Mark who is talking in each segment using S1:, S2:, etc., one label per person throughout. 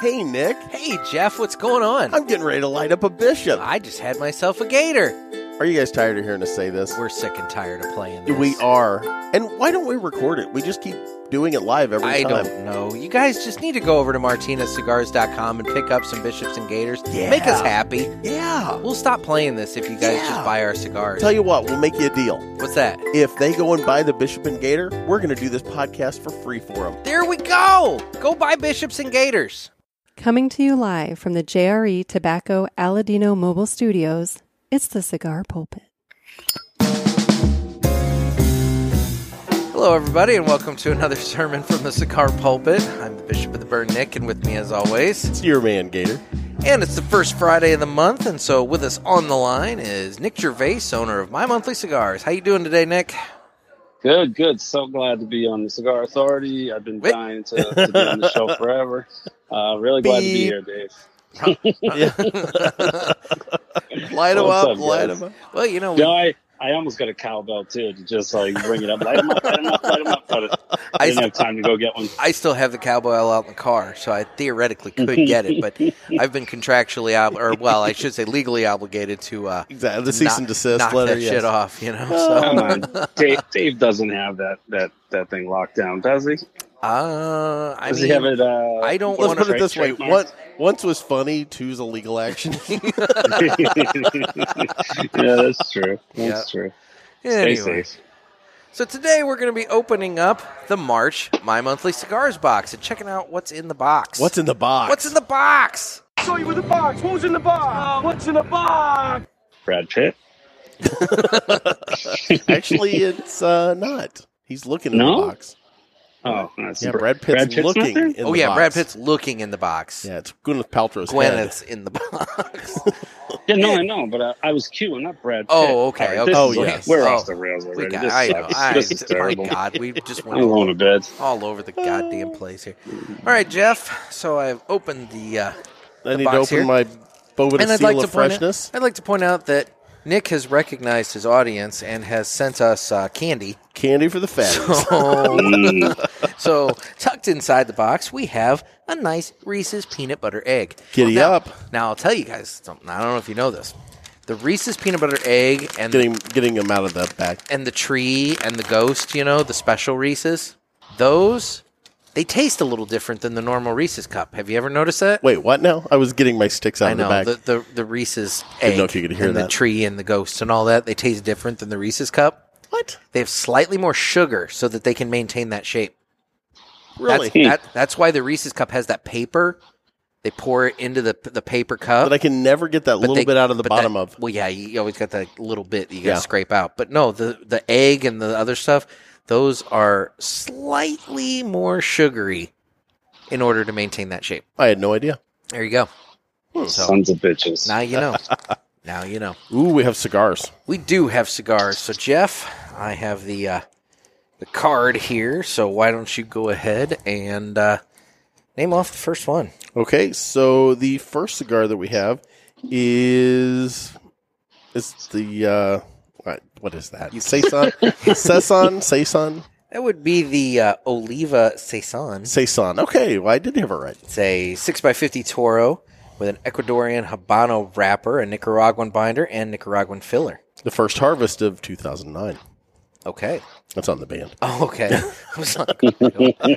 S1: Hey, Nick.
S2: Hey, Jeff, what's going on?
S1: I'm getting ready to light up a bishop.
S2: I just had myself a gator.
S1: Are you guys tired of hearing us say this?
S2: We're sick and tired of playing this.
S1: We are. And why don't we record it? We just keep doing it live every
S2: I
S1: time.
S2: don't know. You guys just need to go over to martinezcigars.com and pick up some bishops and gators.
S1: Yeah.
S2: Make us happy.
S1: Yeah.
S2: We'll stop playing this if you guys
S1: Yeah.
S2: just buy our cigars.
S1: Tell you what, we'll make you a deal.
S2: what's that?
S1: If they go and buy the Bishop and Gator, we're going to do this podcast for free for them.
S2: There we go. Go buy bishops and gators.
S3: Coming to you live from the JRE Tobacco Aladino Mobile Studios, it's the Cigar Pulpit.
S2: Hello, everybody, and welcome to another sermon from the cigar pulpit. I'm the Bishop of the Burn, Nick, and with me, as always,
S1: It's your man, Gator.
S2: And it's the first Friday of the month, and so with us on the line is Nick Gervais, owner of My Monthly Cigars. How you doing today, Nick?
S4: Good, good. So glad to be on the Cigar Authority. I've been
S2: Wait.
S4: dying to, to be on the show forever. Uh, really glad to be here, Dave.
S1: Yeah.
S2: Light
S4: 'em What's up, up, light guys? 'em
S2: up. Well, you know,
S4: You
S2: we,
S4: know, I, I almost got a cowbell too to just like bring it up, light 'em up, light 'em up, light 'em up. But I
S2: I,
S4: didn't
S2: st-
S4: have time to go get one.
S2: I still have the cowboy out in the car, so I theoretically could get it, but I've been contractually, ob- or well, I should say legally obligated to uh,
S1: Exactly. The cease
S2: knock,
S1: and desist
S2: knock
S1: letter.
S2: that
S1: yes.
S2: shit off, you know?
S4: Come
S2: So,
S4: on, Dave. Dave doesn't have that that that thing locked down, does he? Does
S1: Ah.
S2: uh, I
S4: he have
S2: mean,
S4: it? Uh,
S2: I don't
S1: Let's
S2: want
S1: put
S2: to.
S1: it this way.
S4: trademark.
S1: One, once was funny, two's a legal action.
S4: yeah, that's true. That's true. Stay
S2: Anyway.
S4: safe.
S2: So today we're going to be opening up the March My Monthly Cigars box and checking out what's in the box.
S1: What's in the box?
S2: What's in the box?
S5: Show you with the box. Who's in the box? what's in the box?
S4: Brad Pitt.
S1: Actually, it's uh, not. He's looking in
S4: No?
S1: the box.
S4: Oh, that's
S1: Yeah, Brad Pitt's,
S4: Brad Pitt's not
S1: looking.
S4: there?
S1: In
S2: oh
S1: the
S2: yeah,
S1: box.
S2: Brad Pitt's looking in the box.
S1: Yeah, it's Gwyneth Paltrow's head.
S2: Gwyneth's in the box.
S4: Yeah, no, I know, but I, I was cute. I'm not Brad. Pitt.
S2: Oh, okay,
S4: All this
S1: okay.
S4: is
S1: Oh,
S4: like-
S1: yes.
S4: We're
S2: Oh,
S4: off the rails
S2: we
S4: already.
S2: got,
S4: This,
S2: I know.
S4: sucks.
S2: I,
S4: this is
S2: my
S4: terrible.
S2: God, we just
S4: I'm
S2: went
S4: going to bed.
S2: all over the goddamn place here. All right, Jeff. So I've opened the, uh,
S1: I need to
S2: box
S1: open
S2: here.
S1: my Bovita
S2: and I'd
S1: Seal
S2: like to
S1: of
S2: point
S1: Freshness.
S2: out, I'd like to point out that Nick has recognized his audience and has sent us uh, candy.
S1: Candy for the fatties.
S2: So
S4: Mm,
S2: So, tucked inside the box, we have a nice Reese's peanut butter egg.
S1: Giddy
S2: now,
S1: up.
S2: Now, I'll tell you guys something. I don't know if you know this. The Reese's peanut butter egg and
S1: getting getting them out of the bag.
S2: and the tree and the ghost, you know, the special Reese's, those they taste a little different than the normal Reese's cup. Have you ever noticed that?
S1: Wait, what now? I was getting my sticks out
S2: I
S1: of the
S2: know
S1: bag.
S2: the, the the Reese's
S1: Didn't
S2: egg
S1: know if you could hear
S2: and the
S1: that.
S2: tree and the ghost and all that. They taste different than the Reese's cup.
S1: what?
S2: They have slightly more sugar so that they can maintain that shape.
S1: Really?
S4: Hmm.
S2: That's, that, that's why the Reese's cup has that paper. They pour it into the the paper cup.
S1: That I can never get that
S2: but
S1: little
S2: they-
S1: bit out of the
S2: but
S1: bottom
S2: that-
S1: of.
S2: Well, yeah, you always got that little bit that you got to
S1: Yeah.
S2: scrape out. But no, the the egg and the other stuff, those are slightly more sugary in order to maintain that shape.
S1: I had no idea.
S2: There you go.
S4: sons of bitches.
S2: Now you know. now you know.
S1: Ooh, we have cigars.
S2: We do have cigars. So Jeff, I have the uh, the card here. So why don't you go ahead and uh, name off the first one?
S1: Okay, so the first cigar that we have is it's the uh what, what is that? Saison, Saison, Saison,
S2: That would be the uh, Oliva Saison.
S1: Saison. Okay, well I did have it right.
S2: It's a 6x50 Toro with an Ecuadorian Habano wrapper, a Nicaraguan binder, and Nicaraguan filler.
S1: The first harvest of 2009.
S2: Okay.
S1: That's on the band.
S2: Oh, okay. I was like,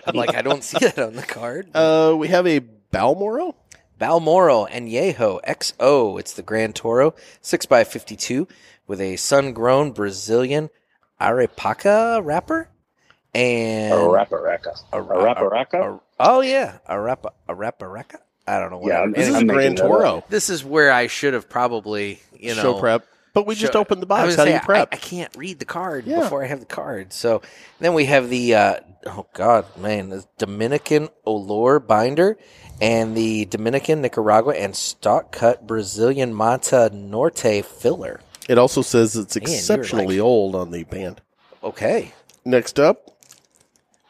S2: I'm like, I don't see that on the card.
S1: Uh, we have a Balmoral.
S2: Balmoral and Yeho XO. It's the Grand Toro 6x52 with a sun grown Brazilian Arepaca wrapper. And
S4: Araparaca. Araparaca.
S2: Ar- oh, yeah. Arapa, Araparaca? I don't know what
S4: Yeah,
S2: I'm-
S4: this
S1: This is
S4: I'm
S1: a Grand
S4: making that
S1: Toro.
S2: this is where I should have probably, you know,
S1: show prep. But we just
S2: Sure.
S1: opened the
S2: I
S1: box.
S2: was
S1: How
S2: gonna
S1: do
S2: say,
S1: you prep?
S2: I, I can't read the card
S1: Yeah.
S2: before I have the card. So then we have the uh, oh god, man, the Dominican Olor binder and the Dominican Nicaragua and stock cut Brazilian Mata Norte filler.
S1: it also says it's
S2: you're
S1: exceptionally
S2: like-
S1: old on the band.
S2: Okay,
S1: Next up,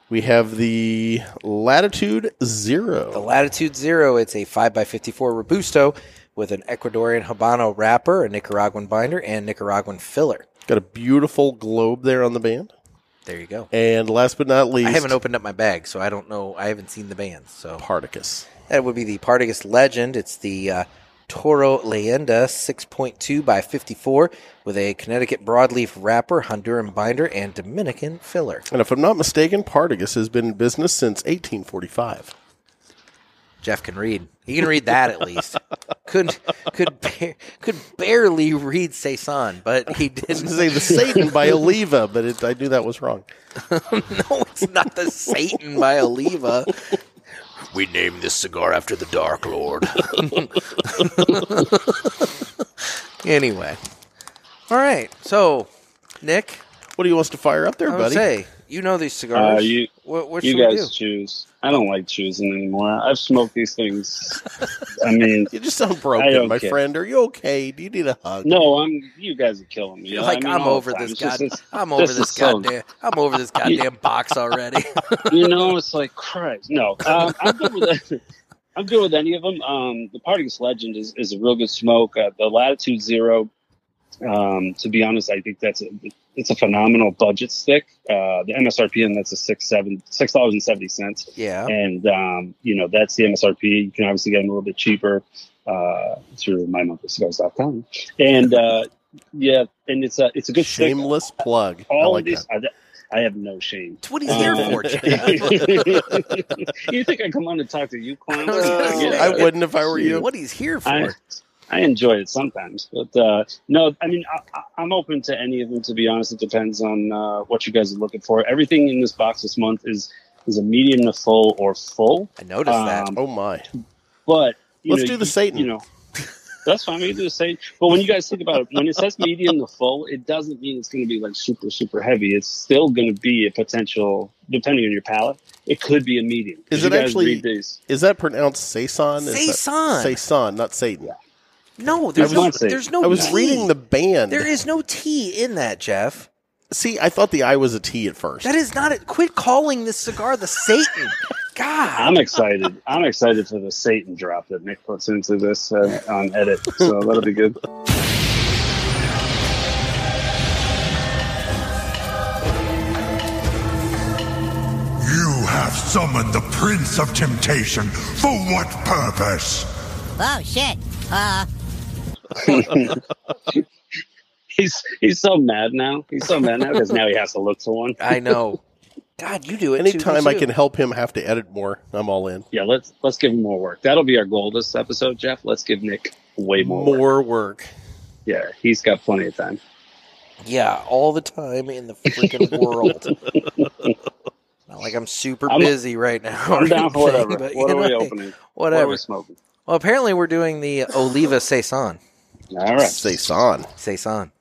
S1: we have the Latitude Zero.
S2: the Latitude Zero. It's a five x fifty four robusto with an Ecuadorian Habano wrapper, a Nicaraguan binder, and Nicaraguan filler.
S1: Got a beautiful globe there on the band.
S2: There you go.
S1: And last but not least,
S2: I haven't opened up my bag, so I don't know. I haven't seen the bands, so
S1: Particus.
S2: That would be the Partagas Legend. It's the uh, Toro Leyenda 6.2 by 54 with a Connecticut broadleaf wrapper, Honduran binder, and Dominican filler.
S1: And if I'm not mistaken, Partagas has been in business since 1845.
S2: Jeff can read. He can read that at least. Couldn't could bar- could barely read Saison, but he
S1: I
S2: didn't.
S1: was going to say the Satan by Oliva, but it, I knew that was wrong.
S2: no, it's not the Satan by Oliva. We named this cigar after the Dark Lord. anyway, all right. So, Nick,
S1: What do you want us to fire up there,
S2: I would
S1: buddy?
S2: say you know these cigars.
S4: Uh, you-
S2: what, what
S4: you
S2: should we
S4: guys
S2: do?
S4: choose. I don't like choosing anymore. I've smoked these things. I mean,
S1: You just sound
S4: I
S1: broken,
S4: don't
S1: my
S4: care.
S1: friend. Are you okay? Do you need a hug?
S4: no, I'm. You guys are killing me.
S2: like
S4: I mean,
S2: I'm
S4: all
S2: over
S4: the time.
S2: this
S4: It's just-
S2: goddamn.
S4: it's-
S2: I'm over
S4: this
S2: this
S4: is so-
S2: goddamn. I'm over this goddamn box already.
S4: you know, it's like Christ. No, uh, I'm good with. I'm good with any of them. Um, the Party's Legend is, is a real good smoke. Uh, the Latitude Zero, um, to be honest, I think that's a it's a phenomenal budget stick. Uh, the MSRP and that's a six seven six dollars and seventy cents,
S2: yeah.
S4: and um, you know that's the MSRP. You can obviously get them a little bit cheaper uh, through mymonthlycigars.com. and uh, yeah, and it's a it's a good stick.
S1: Shameless plug. I
S4: All
S1: like
S4: of these,
S1: that.
S4: I, I have no shame.
S2: That's what he's here
S4: Um,
S2: for, Jeff.
S4: you think I come on to talk to you, clown?
S2: I was gonna
S4: Yeah.
S2: say.
S1: I wouldn't if I were you.
S2: what he's here for.
S4: I, I enjoy it sometimes, but uh, no, I mean I, I- I'm open to any of them. To be honest, it depends on uh, what you guys are looking for. Everything in this box this month is is a medium to full or full.
S2: I noticed that.
S4: Um,
S1: Oh, my.
S4: But you
S1: Let's
S4: know,
S1: do the
S4: you-
S1: Satan.
S4: You know, that's fine. We can do the Satan. But when you guys think about it, when it says medium to full, it doesn't mean it's going to be like super super heavy. It's still going to be a potential, depending on your palate. It could be a medium.
S1: Is
S4: If you
S1: it
S4: guys
S1: actually-
S4: read these?
S1: Is that pronounced Saison? Is that-
S2: Saison.
S1: Saison, not Satan.
S2: No, there's
S4: was
S2: no.
S4: gonna say-
S2: There's no.
S1: I was
S2: tea.
S1: reading the band.
S2: Oh, There is no T in that, Jeff.
S1: See, I thought the I was a T at first.
S2: That is not it. Quit calling this cigar the Satan. God.
S4: I'm excited. I'm excited for the Satan drop that Nick puts into this uh, on edit. So that'll be good.
S6: You have summoned the Prince of Temptation. For what purpose?
S7: Oh shit. Uh,
S4: He's he's so mad now. He's so mad now because now he has to look for one.
S2: I know. God, you do it. too,
S1: Anytime I
S2: you?
S1: can help him have to edit more, I'm all in.
S4: Yeah, let's let's give him more work. That'll be our goal this episode, Jeff. Let's give Nick way more. work.
S1: More work.
S4: Yeah, he's got plenty of time.
S2: Yeah, all the time in the freaking world. Not like I'm super
S4: I'm-
S2: busy right now.
S4: I'm
S2: or
S4: down for
S2: anything, but,
S4: whatever. What
S2: you
S4: are we
S2: know,
S4: opening? What are
S2: Whatever.
S4: we smoking?
S2: Well, apparently we're doing the Oliva Saison.
S4: All right.
S1: Saison.
S2: Saison.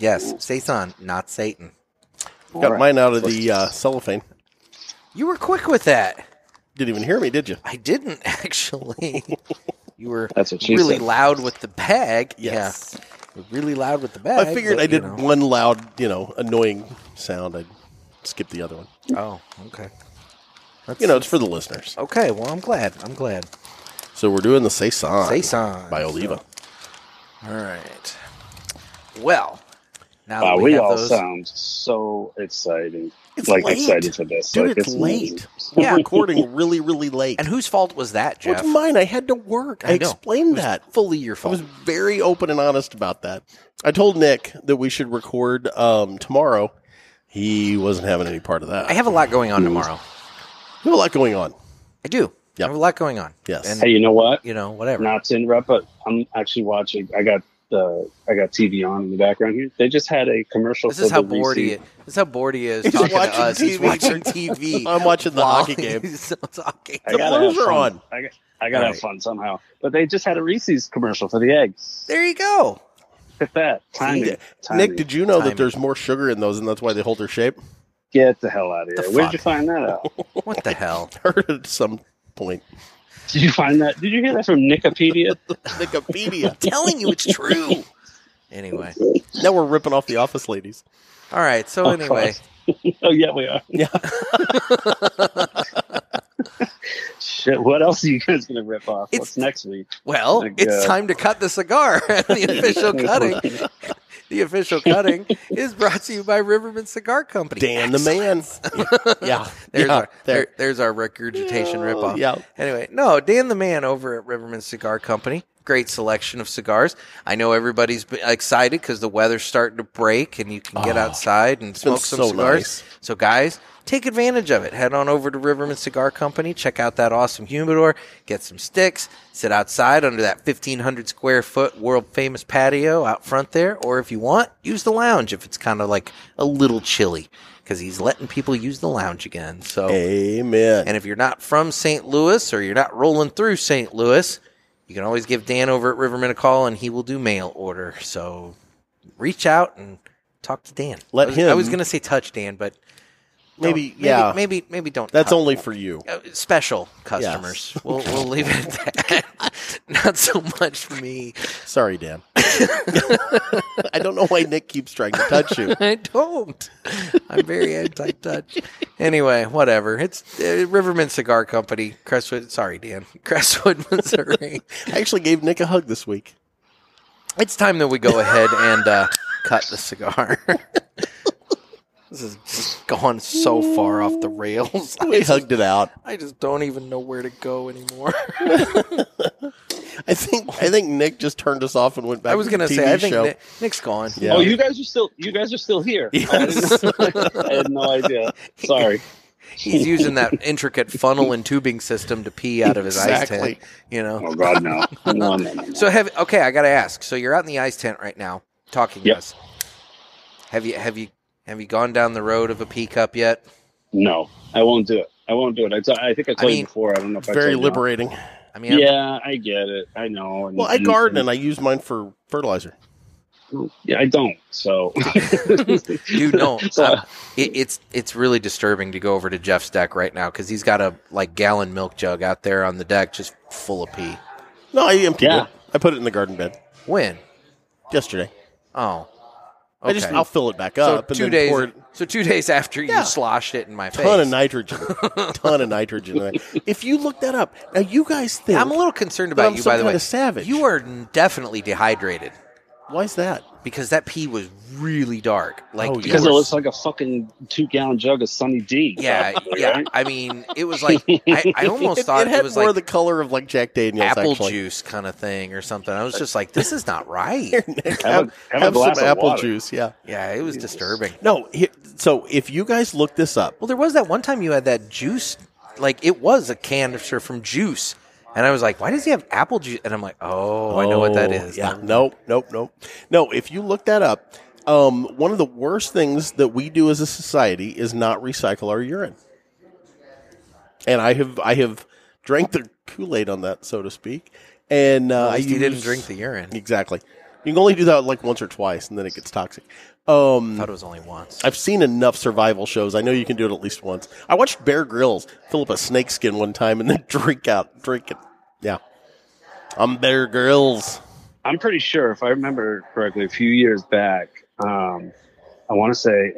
S2: Yes, Saison, not Satan.
S4: All
S1: Got
S4: right.
S1: mine out of the uh, cellophane.
S2: You were quick with that.
S1: Didn't even hear me, did you?
S2: I didn't actually. you were
S4: That's what she
S2: really
S4: said.
S2: loud with the bag.
S1: Yes.
S2: Yeah. Really loud with the bag.
S1: I figured
S2: but,
S1: I
S2: you
S1: did
S2: know.
S1: one loud, you know, annoying sound. I'd skip the other one.
S2: Oh, okay. That's,
S1: You know, it's for the listeners.
S2: Okay, well, I'm glad. I'm glad.
S1: So we're doing the Saison.
S2: Saison.
S1: By Oliva.
S2: All right. Well, now
S4: Wow,
S2: that we,
S4: we
S2: have
S4: all
S2: those,
S4: sound so excited.
S1: It's
S4: like
S1: late.
S4: excited for this,
S1: Dude,
S4: Like,
S1: it's,
S4: amazing.
S1: late.
S2: Yeah.
S1: We're recording really, really late.
S2: and whose fault was that,
S1: What's
S2: Jeff?
S1: mine? I had to work. I,
S2: I know.
S1: explained that.
S2: Fully your
S1: I was
S2: fault.
S1: very open and honest about that. I told Nick that we should record um, tomorrow. He wasn't having any part of that.
S2: I have a lot going on tomorrow.
S1: We have a lot going on.
S2: I do. I
S1: Yep.
S2: have a lot going on.
S1: Yes.
S4: Hey,
S2: And
S4: you know what?
S2: you know, whatever.
S4: Not to interrupt, but I'm actually watching. I got the I got TV on in the background here. They just had a commercial.
S2: This is
S4: for
S2: how
S4: the
S2: bored he
S4: Reese's-
S2: is. This is how bored he is talking to
S1: watching
S2: us. He's
S1: TV.
S2: watching TV.
S1: I'm watching the
S2: while
S1: hockey game.
S2: he's still talking.
S4: I
S1: The
S4: gotta
S1: Blues
S4: have
S1: are
S4: fun.
S1: on.
S4: I got, I gotta
S2: All
S4: have
S2: right.
S4: fun somehow. But they just had a Reese's commercial for the eggs.
S2: There you go.
S4: Look at that timing. timing.
S1: Nick, did you know
S2: Timing.
S1: that there's more sugar in those and that's why they hold their shape?
S4: get the hell out of
S2: The
S4: here? Where'd
S2: fuck?
S4: you find that out?
S2: What the hell?
S1: Heard at some point.
S4: Did you find that? Did you hear that from Nicopedia?
S1: Wikipedia.
S2: telling you it's true. Anyway.
S1: now we're ripping off the office ladies.
S2: All right. So
S4: Oh,
S2: anyway,
S4: oh yeah, we are.
S1: Yeah.
S4: Shit, what else are you guys gonna rip off?
S2: It's-
S4: What's next week?
S2: well,
S4: Like,
S2: it's
S4: uh,
S2: time to cut the cigar at the official cutting. The official cutting is brought to you by Riverman Cigar Company.
S1: Dan the man. yeah.
S2: There's,
S1: yeah,
S2: our, there. there's our regurgitation ripoff.
S1: Yeah.
S2: Anyway, no, Dan the Man over at Riverman Cigar Company. Great selection of cigars. I know everybody's b- excited because the weather's starting to break and you can get outside and
S1: Oh, been
S2: smoke some
S1: so
S2: cigars.
S1: nice.
S2: So, guys, take advantage of it. Head on over to Riverman Cigar Company. Check out that awesome humidor. Get some sticks. Sit outside under that 1,500 square foot world famous patio out front there. Or if you want, use the lounge if it's kind of like a little chilly because he's letting people use the lounge again. So,
S1: Amen.
S2: and if you're not from St. Louis or you're not rolling through St. Louis, you can always give Dan over at Riverman a call and he will do mail order. So reach out and talk to Dan.
S1: Let
S2: I was, I was
S1: him-
S2: going to say touch Dan, but don't.
S1: maybe, yeah.
S2: maybe maybe, maybe don't.
S1: That's
S2: touch-
S1: only for you.
S2: uh, special customers. We'll we'll leave it at that. not so much me.
S1: Sorry, Dan. I don't know why Nick keeps trying to touch you.
S2: I don't. I'm very anti-touch. Anyway, whatever. It's uh, Riverman Cigar Company, Crestwood. Sorry, Dan, Crestwood, Missouri.
S1: I actually gave Nick a hug this week.
S2: It's time that we go ahead and uh, cut the cigar. this is just gone so far off the rails.
S1: We hugged it out.
S2: I just don't even know where to go anymore.
S1: I think I think Nick just turned us off and went back.
S2: I was
S1: going to
S2: gonna
S1: the
S2: say, I
S1: TV
S2: think
S1: show.
S2: Nick, Nick's gone.
S1: Yeah.
S4: Oh, you guys are still you guys are still here. Oh, I didn't- I had no idea. Sorry.
S2: He's using that intricate funnel and tubing system to pee out of his ice
S1: Exactly.
S2: tent. You know.
S4: Oh God, no. No, no, no, no.
S2: So have okay, I gotta ask. So you're out in the ice tent right now, talking
S4: Yep.
S2: to us. Have you have you have you gone down the road of a pee cup yet?
S4: No, I won't do it. I won't do it. I t- I think I told
S2: mean,
S4: you before. I don't know if I
S1: Very
S4: told you.
S1: liberating.
S2: I mean, I'm-
S4: Yeah, I get it. I know. And,
S1: Well, I
S4: and-
S1: garden and I use mine for fertilizer.
S4: yeah, I don't. So
S2: Dude, no.
S4: So-
S2: Um, it, it's it's really disturbing to go over to Jeff's deck right now because he's got a like gallon milk jug out there on the deck, just full of pee.
S1: No, I emptied
S4: Yeah.
S1: it. I put it in the garden bed
S2: When?
S1: yesterday.
S2: Oh,
S1: I just I'll fill it back
S2: so
S1: up and
S2: two
S1: then
S2: days.
S1: pour it
S2: So two days after
S1: Yeah.
S2: you sloshed it in my face.
S1: ton of nitrogen, ton of nitrogen. in it. If you look that up, now you guys think
S2: I'm a little concerned
S1: But
S2: about
S1: I'm
S2: you,
S1: some
S2: by the
S1: kind
S2: way.
S1: of savage.
S2: You are n- definitely dehydrated
S1: why is that?
S2: because that pee was really dark. Like
S1: Oh,
S2: you
S4: because
S2: were
S4: it looks like a fucking two gallon jug of Sunny D.
S2: Yeah,
S4: probably,
S2: yeah.
S4: right?
S2: I mean, it was like I, I almost
S1: it,
S2: thought
S1: it had
S2: was
S1: more
S2: like
S1: of the color of like Jack Daniels.
S2: apple
S1: actually.
S2: juice kind of thing or something. I was just like, this is not right.
S4: Have, a, have, a
S1: Have some
S4: glass of
S1: apple
S4: water.
S1: juice. Yeah.
S2: Yeah, it was disturbing.
S1: No. Here, so if you guys look this up,
S2: Well, there was that one time you had that juice, like it was a canister from juice, and I was like, why does he have apple juice? And I'm like, oh, I know what that
S1: Oh,
S2: is.
S1: Yeah. Nope. Nope. Nope. No. If you look that up, um, one of the worst things that we do as a society is not recycle our urine. And I have I have drank the Kool Aid on that, so to speak. And uh,
S2: At least
S1: I
S2: he didn't
S1: use-
S2: drink the urine. I
S1: exactly. You can only do that like once or twice, and then it gets toxic. Um,
S2: thought it was only once.
S1: I've seen enough survival shows. I know you can do it at least once. I watched Bear Grylls fill up a snakeskin one time and then drink out, drink it. Yeah, I'm Bear Grylls.
S4: I'm pretty sure, if I remember correctly, a few years back, um, I want to say,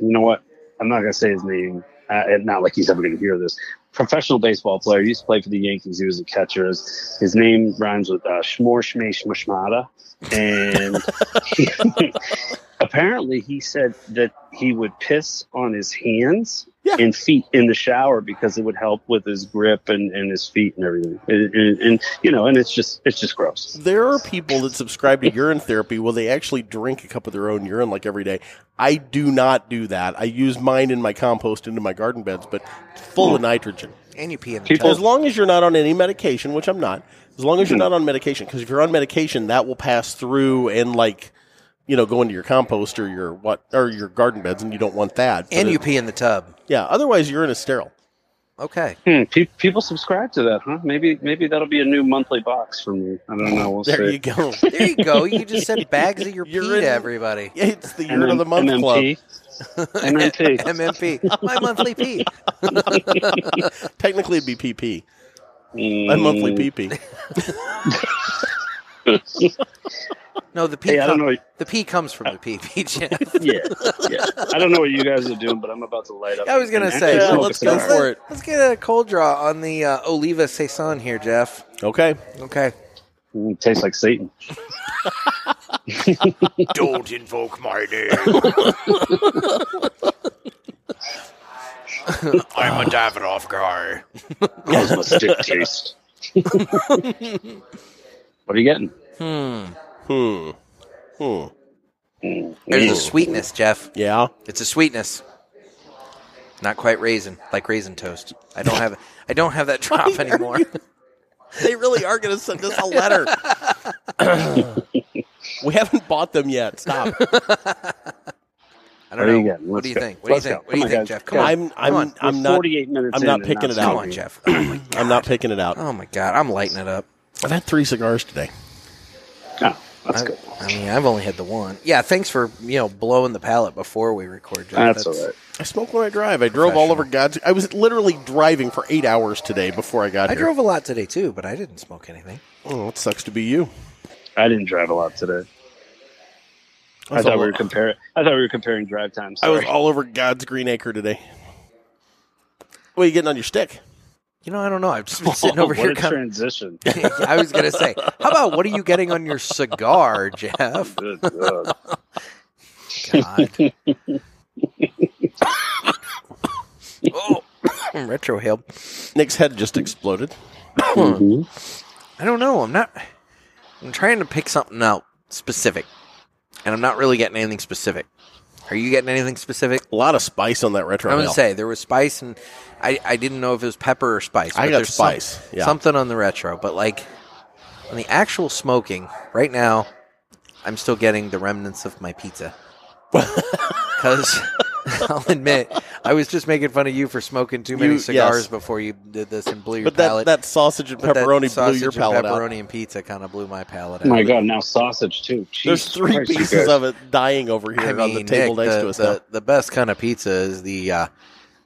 S4: you know what? I'm not going to say his name. Uh, and not like he's ever going to hear this. Professional baseball player. He used to play for the Yankees. He was a catcher. His, his name rhymes with uh, Shmore Shmay Shmashmada. And apparently he said that he would piss on his hands
S1: Yeah.
S4: and feet in the shower because it would help with his grip and, and his feet and everything. And, and, and, you know, and it's just, it's just gross.
S1: There are people that subscribe to urine therapy where they actually drink a cup of their own urine like every day. I do not do that. I use mine in my compost into my garden beds, but it's full of nitrogen.
S2: and you pee in the
S4: People-
S1: As
S2: tub.
S1: long as you're not on any medication, which I'm not, as long as
S2: Hmm.
S1: you're not on medication, because if you're on medication, that will pass through and like, you know, go into your compost or your what or your garden beds, and you don't want that. But
S2: And
S1: it-
S2: you pee in the tub.
S1: yeah. Otherwise, urine is sterile.
S2: Okay.
S4: Hmm, pe- people subscribe to that, huh? Maybe maybe that'll be a new monthly box for me. I don't know. We'll
S1: There
S4: see.
S1: you go.
S2: There you go. You just sent bags of your pee
S1: Urine.
S2: to everybody.
S1: Yeah, it's the urine of the month club.
S4: MMP. MMP.
S2: MMP. My monthly pee.
S1: Technically, it'd be PP.
S4: Mm,
S1: A
S2: Hmm.
S1: monthly PP.
S2: No, the pee.
S4: Hey, I don't
S2: com-
S4: know.
S2: The pee comes from the pee, pee. Jeff.
S4: Yeah, yeah. I don't know what you guys are doing, but I'm about to light up.
S2: I was gonna
S4: and
S2: say,
S4: actually
S1: Yeah,
S4: smoke a
S2: let's
S1: go
S4: cigar.
S1: for it.
S2: Let's get a cold draw on the uh, Oliva Saison here, Jeff.
S1: Okay.
S2: Okay.
S4: Mm, tastes like Satan.
S1: Don't invoke my name. I'm a Davidoff guy.
S4: How's my stick taste? what are you getting?
S1: Hmm. Hmm.
S2: There's a sweetness, Jeff.
S1: Yeah.
S2: It's a sweetness. Not quite raisin, like raisin toast. I don't have I don't have that drop anymore.
S1: They really are going to send us a letter. we haven't bought them yet. Stop.
S2: I
S4: What
S2: don't
S4: are you
S2: know.
S4: getting?
S2: What
S4: Let's
S2: do you
S4: go.
S2: think? What do you
S4: Let's
S2: think?
S4: go.
S2: What do you
S4: Come on,
S2: think,
S4: guys.
S2: Jeff? Come
S4: Come
S2: on.
S1: I'm I'm
S2: on.
S1: I'm
S4: We're
S1: not
S4: 48 minutes.
S1: I'm
S4: in
S1: not
S4: and
S1: picking it
S2: Come
S1: out.
S2: on, Jeff. Oh my,
S1: I'm not picking it out.
S2: oh my god, I'm lighting it up.
S1: I've had three cigars today.
S4: Oh, that's
S2: I,
S4: good.
S2: I mean, I've only had the one. Yeah, thanks for you know blowing the palate before we record. Jeff.
S4: That's all right.
S1: I smoke when I drive. I drove all over God's. I was literally driving for eight hours today before I got
S2: I
S1: here.
S2: drove a lot today too, but I didn't smoke anything.
S1: Oh, it sucks to be you.
S4: I didn't drive a lot today. I
S1: was
S4: thought
S1: all-
S4: we were comparing. I thought we were comparing drive times.
S1: I was
S4: Sorry.
S1: all over God's green acre today. What are you getting on your stick?
S2: You know, I don't know. I've just been sitting over
S4: what
S2: here.
S4: a
S2: Kind
S4: transition.
S2: of, I was gonna say, how about what are you getting on your cigar, Jeff?
S4: Good God.
S2: God. oh, retrohale.
S1: Nick's head just exploded.
S2: I don't know. I'm not. I'm trying to pick something out specific, and I'm not really getting anything specific. Are you getting anything specific?
S1: A lot of spice on that retro.
S2: I'm gonna
S1: ale.
S2: say there was spice, and I, I didn't know if it was pepper or spice.
S1: I
S2: but
S1: got
S2: there's some-
S1: spice, yeah.
S2: something on the retro, but like on the actual smoking right now, I'm still getting the remnants of my pizza. Because I'll admit, I was just making fun of you for smoking too many
S1: You-
S2: cigars
S1: yes.
S2: before you did this and blew your
S1: but that,
S2: palate.
S1: that sausage and
S2: But that
S1: pepperoni blew
S2: sausage
S1: your
S2: and
S1: palate out.
S2: Pepperoni and pizza kind of blew my palate
S4: Oh
S2: out.
S4: my God! Now sausage too.
S1: There's
S4: Jesus
S1: three
S4: Christ, you
S1: pieces
S4: guys.
S1: of it dying over here
S2: I
S1: on the
S2: mean,
S1: table
S2: Nick,
S1: next
S2: the,
S1: to us
S2: the,
S1: now.
S2: the best kind of pizza is the uh,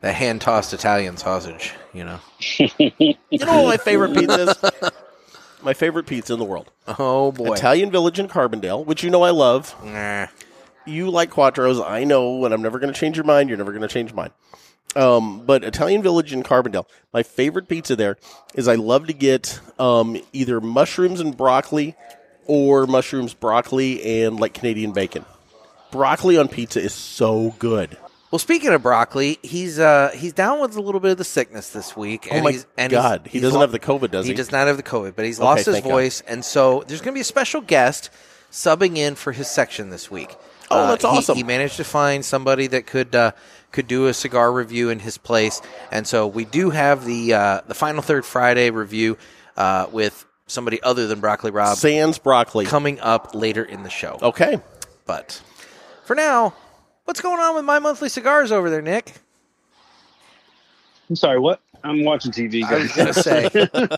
S2: the hand tossed Italian sausage. You know.
S1: You know what my favorite pizza is? my favorite pizza in the world.
S2: Oh boy.
S1: Italian Village in Carbondale, which you know I love.
S2: Nah.
S1: You like Quattros, I know, and I'm never going to change your mind. You're never going to change mine. Um, but Italian Village in Carbondale, my favorite pizza there is I love to get um, either mushrooms and broccoli or mushrooms, broccoli, and like Canadian bacon. Broccoli on pizza is so good.
S2: Well, speaking of broccoli, he's uh he's down with a little bit of the sickness this week.
S1: oh my
S2: he's, and he's-
S1: God. he
S2: he's
S1: doesn't
S2: lo-
S1: have the COVID, does he?
S2: He does not have the COVID, but he's lost his
S1: thank God.
S2: voice, and so there's going to be a special guest subbing in for his section this week. Uh,
S1: Oh, that's
S2: he-
S1: awesome.
S2: He, managed to find somebody that could uh, could do a cigar review in his place, and so we do have the uh, the final third Friday review uh, with somebody other than Broccoli Rob
S1: Sans broccoli.
S2: coming up later in the show.
S1: Okay.
S2: But for now, what's going on with my monthly cigars over there, Nick?
S4: I'm sorry. What? I'm watching TV.
S2: I was
S4: Guys.
S2: gonna say Nick has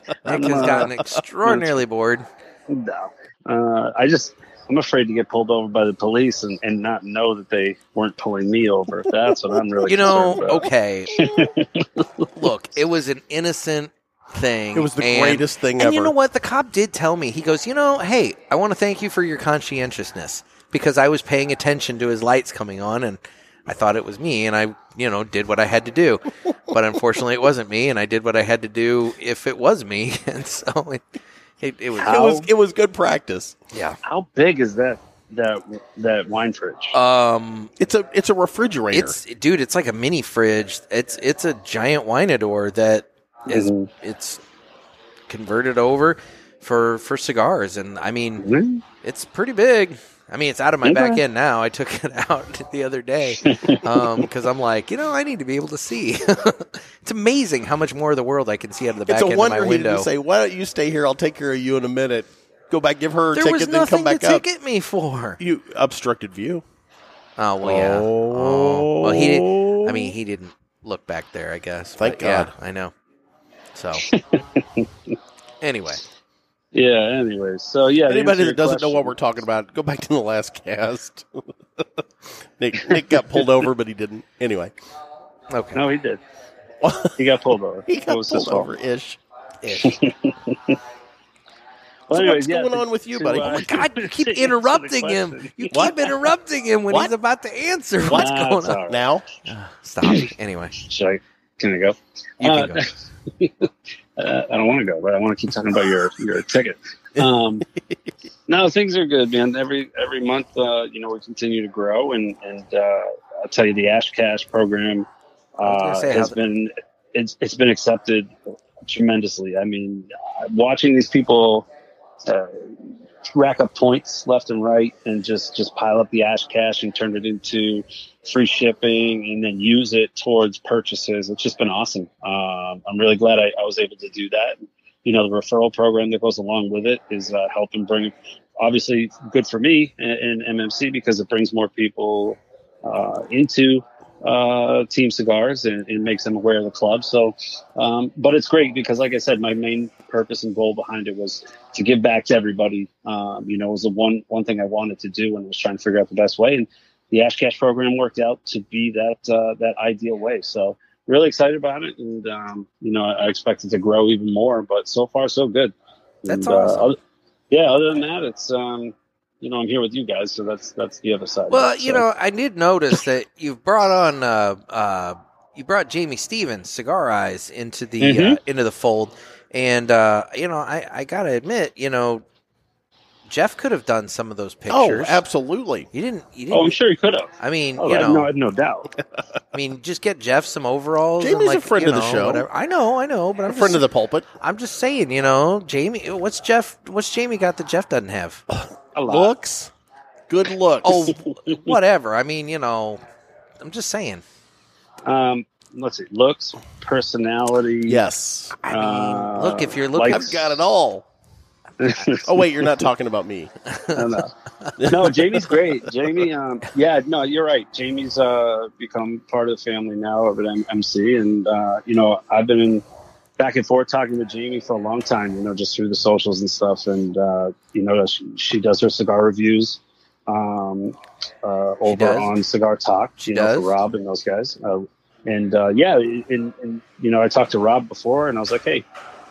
S4: uh,
S2: gotten extraordinarily bored.
S4: No. Uh, I just, I'm afraid to get pulled over by the police and, and not know that they weren't pulling me over. That's what I'm really
S2: You know,
S4: concerned about.
S2: okay. Look, it was an innocent thing.
S1: It was the
S2: and-
S1: greatest thing
S2: and you
S1: ever.
S2: know what? The cop did tell me. He goes, you know, hey, I want to thank you for your conscientiousness because I was paying attention to his lights coming on and I thought it was me and I, you know, did what I had to do. But unfortunately, it wasn't me and I did what I had to do if it was me. And so it, it, it was.
S1: It
S4: How-
S1: was it was good practice.
S2: Yeah.
S4: How big is that, that, that wine fridge?
S1: Uh,
S2: Um,
S1: It's a it's a refrigerator.
S2: It's dude, it's like a mini fridge. It's it's a giant winador that is-
S4: Mhm.
S1: Mm-hmm.
S2: it's converted over for for cigars, and I mean
S4: Hmm?
S2: it's pretty big. I mean it's out of my back
S4: Okay.
S2: end now. I took it out the other day because I'm like, you know, I need to be able to see. it's amazing how much more of the world I can see out of the back
S1: it's a
S2: end
S1: wonder
S2: of my
S1: he
S2: window.
S1: didn't say, "Why don't you stay here? I'll take care of you in a minute." Go back, give her a
S2: there
S1: ticket,
S2: was
S1: then come
S2: nothing to
S1: back up.
S2: ticket me for.
S1: You obstructed view.
S2: Oh well, yeah. Oh, well, he. I mean, he didn't look back there. I guess.
S1: Thank
S2: But, yeah,
S1: God.
S2: I know. So. anyway,
S4: Yeah. Anyways. So yeah. to answer
S1: Anybody
S4: your
S1: that doesn't know
S4: question-
S1: what we're talking about, go back to the last cast. Nick, Nick got pulled over, but he didn't. Anyway,
S2: okay.
S4: No, he did. He got pulled over.
S1: he got
S4: What was his
S1: pulled
S4: fault?
S1: over ish.
S2: Ish.
S4: Well,
S1: So what's
S4: anyways, yeah,
S1: going
S4: to-
S1: on with you,
S4: to,
S1: buddy?
S4: uh,
S1: Oh my
S2: God, you keep
S4: to answer the
S2: interrupting him.
S4: question.
S2: You
S1: What?
S2: keep interrupting him when
S1: What?
S2: he's about to answer. What's
S4: Nah,
S2: going
S4: it's
S2: on?
S4: all right.
S1: Now,
S2: Stop. Anyway,
S4: Should I? Can I go?
S2: you
S4: Uh,
S2: can go.
S4: uh, I don't want to go, but I want to keep talking about your your ticket. Um, No, things are good, man. Every every month, uh, you know, we continue to grow, and and uh, I'll tell you, the Ash Cash program
S2: was gonna
S4: uh,
S2: say,
S4: has
S2: how-
S4: been it's it's been accepted tremendously. I mean, uh, watching these people uh, rack up points left and right, and just just pile up the Ash Cash and turn it into free shipping, and then use it towards purchases. It's just been awesome. Um, I'm really glad I, I was able to do that. You know, the referral program that goes along with it is uh, helping bring obviously good for me and, and MMC because it brings more people uh, into uh, Team Cigars and, and makes them aware of the club. So, um, but it's great because, like I said, my main purpose and goal behind it was to give back to everybody. Um, you know, it was the one one thing I wanted to do and was trying to figure out the best way. And the Ash Cash program worked out to be that uh, that ideal way. So. Really excited about it, and um, you know I I expect it to grow even more. But so far, so good.
S2: That's
S4: uh,
S2: awesome.
S4: oth- yeah, other than that, it's um, you know, I'm here with you guys, so that's that's the other side.
S2: Well, you
S4: So-
S2: know, I did notice that you've brought on uh, uh, you brought Jamie Stevens, Cigar Eyes, into the uh,
S4: Mhm.
S2: into the fold, and uh, you know, I, I gotta admit, you know, Jeff could have done some of those
S1: Oh,
S2: pictures.
S1: absolutely.
S2: You didn't. You didn't.
S4: oh, I'm sure he could have.
S2: I mean,
S4: Oh,
S2: you
S4: I,
S2: know,
S4: no, I have no doubt.
S2: I mean, just get Jeff some overalls. and,
S1: Jamie's a
S2: like,
S1: friend
S2: you
S1: of the
S2: know,
S1: show.
S2: Whatever. I know, I know, but I'm
S1: A friend
S2: just,
S1: of the pulpit.
S2: I'm just saying, you know, Jamie. What's Jeff? What's Jamie got that Jeff doesn't have?
S4: A lot.
S1: Looks. Good looks.
S2: Oh, whatever. I mean, you know, I'm just saying.
S4: Um, let's see, looks, personality.
S1: yes.
S2: I mean,
S4: Uh,
S2: look, if you're looking,
S4: like-
S1: I've got it all. Oh wait, you're not talking about me.
S4: I don't know. no, Jamie's great. Jamie, um, yeah, no, you're right. Jamie's uh, become part of the family now over at MC, and uh, you know, I've been in back and forth talking to Jamie for a long time. You know, just through the socials and stuff, and uh, you know, she, she does her cigar reviews um, uh, over
S2: does?
S4: on Cigar Talk.
S2: She
S4: you know,
S2: does?
S4: for Rob and those guys. Uh, and uh, yeah, and, and you know, I talked to Rob before, and I was like, hey.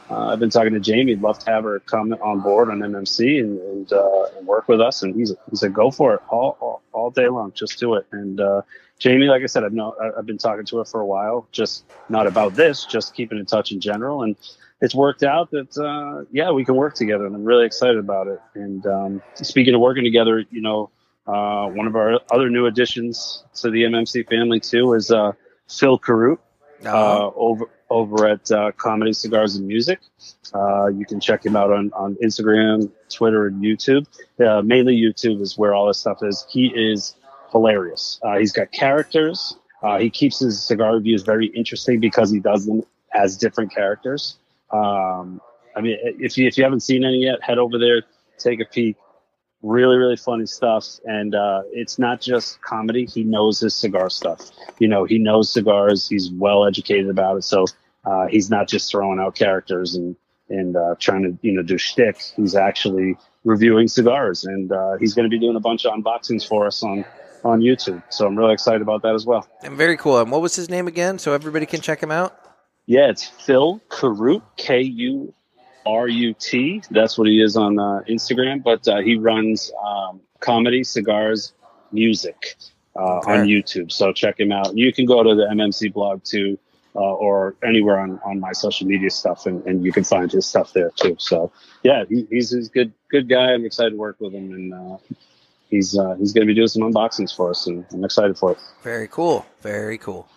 S4: Uh, I've been talking to Jamie. I'd love to have her come on board on MMC and, and, uh, and work with us. And he's he said, go for it all, all, all day long. Just do it. And uh, Jamie, like I said, I've know I- I've been talking to her for a while. Just not about this. Just keeping in touch in general. And it's worked out that uh, yeah, we can work together. And I'm really excited about it. And um, speaking of working together, you know, uh, one of our other new additions to the MMC family too is uh, Phil Carut
S2: Uh,
S4: uh, over over at uh, Comedy Cigars and Music. Uh, you can check him out on, on Instagram, Twitter, and YouTube. Uh, mainly YouTube is where all this stuff is. He is hilarious. Uh, he's got characters. Uh, he keeps his cigar reviews very interesting because he does them as different characters. Um, I mean, if you, if you haven't seen any yet, head over there, take a peek. Really, really funny stuff. And uh, it's not just comedy. He knows his cigar stuff you know he knows cigars he's well educated about it so uh, he's not just throwing out characters and and uh, trying to you know do shtick. He's actually reviewing cigars, and uh, he's going to be doing a bunch of unboxings for us on on YouTube. So I'm really excited about that as well.
S2: and very cool. And what was his name again? So everybody can check him out.
S4: Yeah, it's Phil Karut, K U R U T. That's what he is on uh, Instagram, but uh, he runs um, comedy, cigars, music uh,
S2: Okay.
S4: on YouTube. So check him out. You can go to the MMC blog too, uh, or anywhere on, on my social media stuff, and, and you can find his stuff there too. So yeah, he, he's a good good guy. I'm excited to work with him, and uh, he's uh, he's going to be doing some unboxings for us, and I'm excited for it.
S2: Very cool. Very cool.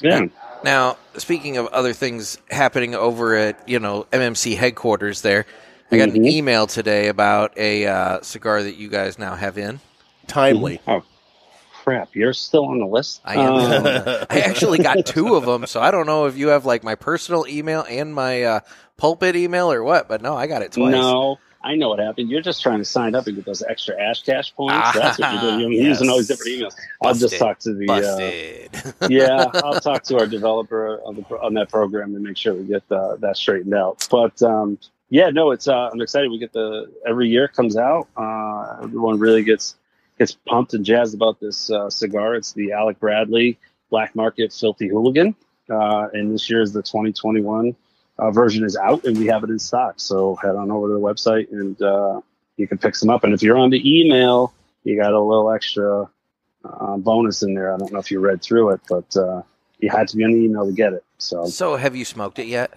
S4: Yeah.
S2: Now, speaking of other things happening over at you know MMC headquarters, there, I got an
S1: Mm-hmm.
S4: Mhm.
S2: email today about a uh, cigar that you guys now have in.
S1: Timely.
S4: Crap, you're still on the list.
S2: I am.
S4: Um,
S2: I actually got two of them, so I don't know if you have like my personal email and my uh, pulpit email or what. But no, I got it twice.
S4: No, I know what happened. You're just trying to sign up and get those extra Ash Cash points. That's what you're doing. You're
S2: Ah, Yes.
S4: using all these different emails. I'll
S2: Busted.
S4: just talk to the. Uh,
S2: Busted.
S4: yeah, I'll talk to our developer on, the, pro- on that program and make sure we get uh, that straightened out. But um, yeah, no, it's. Uh, I'm excited. We get the every year it comes out. Uh, everyone really gets gets pumped and jazzed about this uh, cigar. It's the Alec Bradley Black Market Filthy Hooligan, uh, and this year is the 2021 uh, version is out, and we have it in stock. So head on over to the website and uh, you can pick some up. And if you're on the email, you got a little extra uh, bonus in there. I don't know if you read through it, but uh, you had to be on the email to get it. So
S2: So, have you smoked it yet?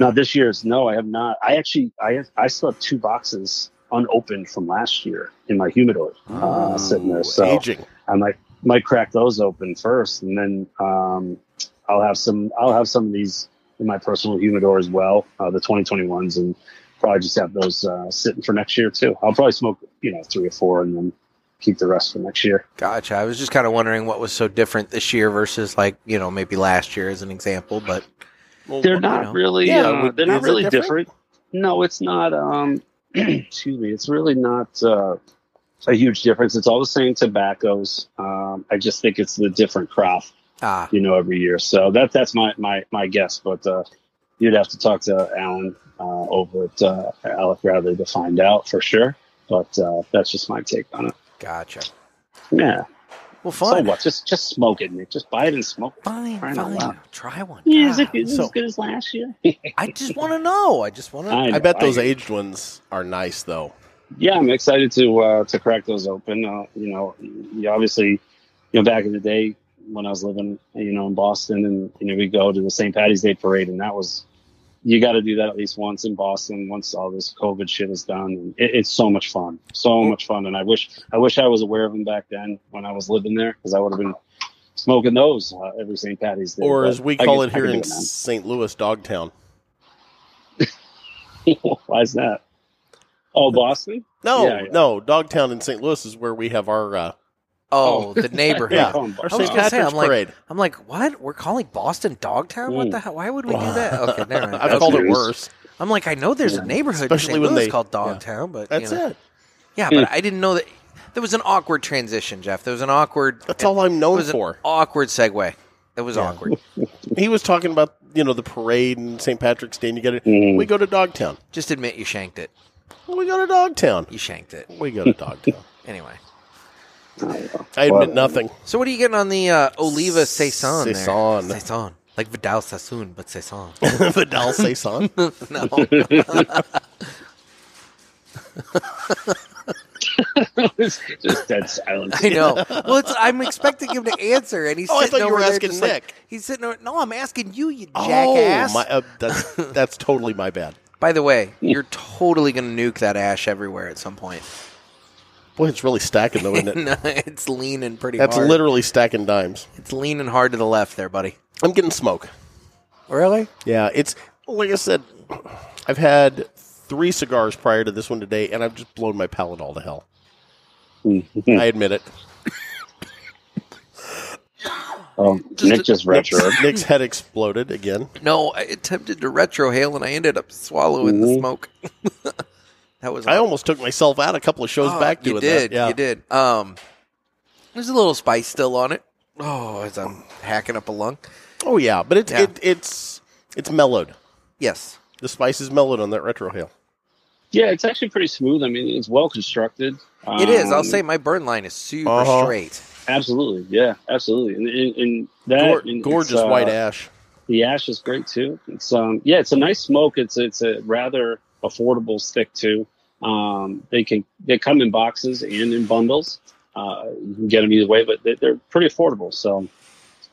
S4: now this year's no, I have not. I actually I I still have two boxes unopened from last year in my humidor uh, sitting
S1: Oh,
S4: there. So
S1: Aging.
S4: I might might crack those open first, and then um, I'll have some. I'll have some of these in my personal humidor as well, uh, the 2021s, and probably just have those uh, sitting for next year too. I'll probably smoke, you know, three or four, and then keep the rest for next year.
S2: Gotcha. I was just kind of wondering what was so different this year versus like you know maybe last year as an example, but
S1: Well,
S4: They're
S1: you
S4: not
S1: know.
S4: really.
S1: Yeah,
S4: uh,
S1: would-
S4: they're
S1: is
S4: not
S1: it
S4: really
S1: different?
S4: different? No, it's not. Um, excuse me. It's really not uh, a huge difference. It's all the same tobaccos. Um, I just think it's the different crop.
S2: ah,
S4: you know, every year. So that that's my my my guess. But uh, you'd have to talk to Alan uh, over at uh, Alec Bradley to find out for sure. But uh, that's just my take on it.
S2: gotcha.
S4: Yeah.
S2: Well,
S4: So
S2: fun,
S4: what? Just just smoke it, Nick. Just buy it and smoke. it.
S2: fine,
S4: Try
S2: fine.
S4: it out loud.
S2: Try one.
S4: Yeah, is
S2: God.
S4: it, is it
S1: So-
S4: as good as last year?
S2: I just want to know. I just want to.
S1: I bet
S4: know,
S1: those aged ones are nice though.
S4: yeah, I'm excited to uh, to crack those open. Uh, you know, you obviously, you know, back in the day when I was living, you know, in Boston, and you know, we go to the St. Patty's Day parade, and that was you got to do that at least once in Boston. Once all this COVID shit is done, and it, it's so much fun, so
S1: Mm.
S4: much fun. And I wish I wish I was aware of them back then when I was living there, because I would have been smoking those uh, every St. Patty's Day.
S1: Or
S4: But
S1: as we
S4: I
S1: call
S4: can-
S1: it
S4: I can
S1: here
S4: do
S1: in
S4: it now.
S1: St. Louis, Dogtown.
S4: Why's that? Oh, Boston.
S1: No,
S4: Yeah, yeah.
S1: no, Dogtown in St. Louis is where we have our uh,
S2: Oh, the neighborhood.
S1: Yeah.
S4: Oh, Boston.
S1: our
S2: I was
S1: St.
S2: gonna say,
S1: Patrick's
S2: I'm like,
S1: parade.
S2: I'm like, what? We're calling Boston Dogtown? What the hell? Why would we do that? Okay, never mind.
S1: I've
S4: That's
S1: called it
S4: yours.
S1: worse.
S2: I'm like, I know there's a neighborhood in
S1: Especially
S2: St.
S1: when
S2: Louis
S1: they-
S2: called Dogtown, but
S1: That's
S2: you know.
S1: it.
S2: Yeah, but I didn't know that. There was an awkward transition, Jeff. There was an awkward.
S1: That's all I'm
S2: it
S1: known
S2: was an
S1: for.
S2: awkward segue. It was awkward.
S1: He was talking about you know the parade and St. Patrick's Day. And you got it.
S4: Mm-hmm.
S1: We go to Dogtown.
S2: Just admit you shanked it.
S1: We go to Dogtown.
S2: You shanked it.
S1: We go to Dogtown.
S2: Anyway.
S1: I admit nothing.
S2: So what are you getting on the uh, Oliva Saison? there?
S1: Saison.
S2: Saison. Like Vidal Sassoon, but Saison.
S1: Vidal Saison.
S2: no.
S4: just dead silence.
S2: I know. Well, it's, I'm expecting him to answer, and he's
S1: Oh, I
S2: sitting
S1: thought you
S2: over
S1: were
S2: there
S1: asking
S2: just
S1: Nick.
S2: Like, he's sitting over. No, I'm asking you, you
S1: Oh,
S2: jackass.
S1: my, Hmm. uh, that's that's totally my bad.
S2: By the way, you're totally gonna nuke that ash everywhere at some point.
S1: Boy, it's really stacking though, isn't it?
S2: No, it's leaning pretty.
S1: That's
S2: hard.
S1: literally stacking dimes.
S2: It's leaning hard to the left there, buddy.
S1: I'm getting smoke.
S2: Really?
S1: Yeah, it's like I said. I've had three cigars prior to this one today, and I've just blown my palate all to hell.
S2: Mm-hmm.
S1: I admit it.
S4: Um,
S2: Just
S4: Nick
S2: a-
S4: just retro.
S1: Nick's, Nick's head exploded again.
S2: No, I attempted to retrohale and I ended up swallowing the smoke. that was.
S1: I almost took myself out a couple of shows
S2: Oh,
S1: back doing
S2: you did.
S1: that. Yeah.
S2: You did. Um, there's a little spice still on it. Oh, as I'm hacking up a lung.
S1: Oh yeah, but it's
S2: Yeah.
S1: it, it's it's mellowed.
S2: Yes.
S1: The spice is mellowed on that retrohale.
S4: yeah, it's actually pretty smooth. I mean, it's well constructed. Um,
S2: It is. I'll say my burn line is super
S1: Uh-huh.
S2: straight.
S4: absolutely. Yeah, absolutely. And, and, and that
S1: Gor-
S4: and it's,
S1: gorgeous
S4: uh,
S1: white ash.
S4: The ash is great too. It's um yeah, it's a nice smoke. It's it's a rather affordable stick too. Um, they can they come in boxes and in bundles. Uh, you can get them either way, but they, they're pretty affordable. So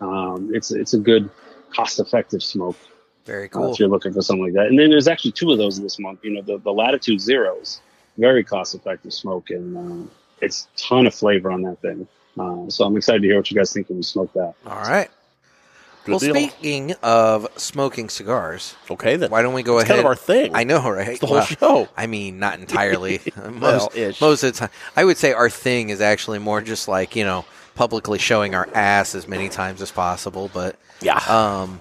S4: um, it's it's a good cost effective smoke.
S2: Very
S4: uh,
S2: cool.
S4: if you're looking for something like that. And then there's actually two of those this month. You know, the, the Latitude Zeros, very cost effective smoke, and uh, it's ton of flavor on that thing. Uh, so I'm excited to hear what you guys think when we smoke that.
S2: All right.
S1: Good
S2: well,
S1: deal.
S2: speaking of smoking cigars,
S1: Okay, then.
S2: why don't we go
S1: it's
S2: ahead?
S1: kind of our thing.
S2: I know, right?
S1: the whole
S2: Well,
S1: show.
S2: I mean, not entirely. most,
S1: Well, ish.
S2: most of the time, I would say our thing is actually more just like you know publicly showing our ass as many times as possible. But
S1: Yeah.
S2: um,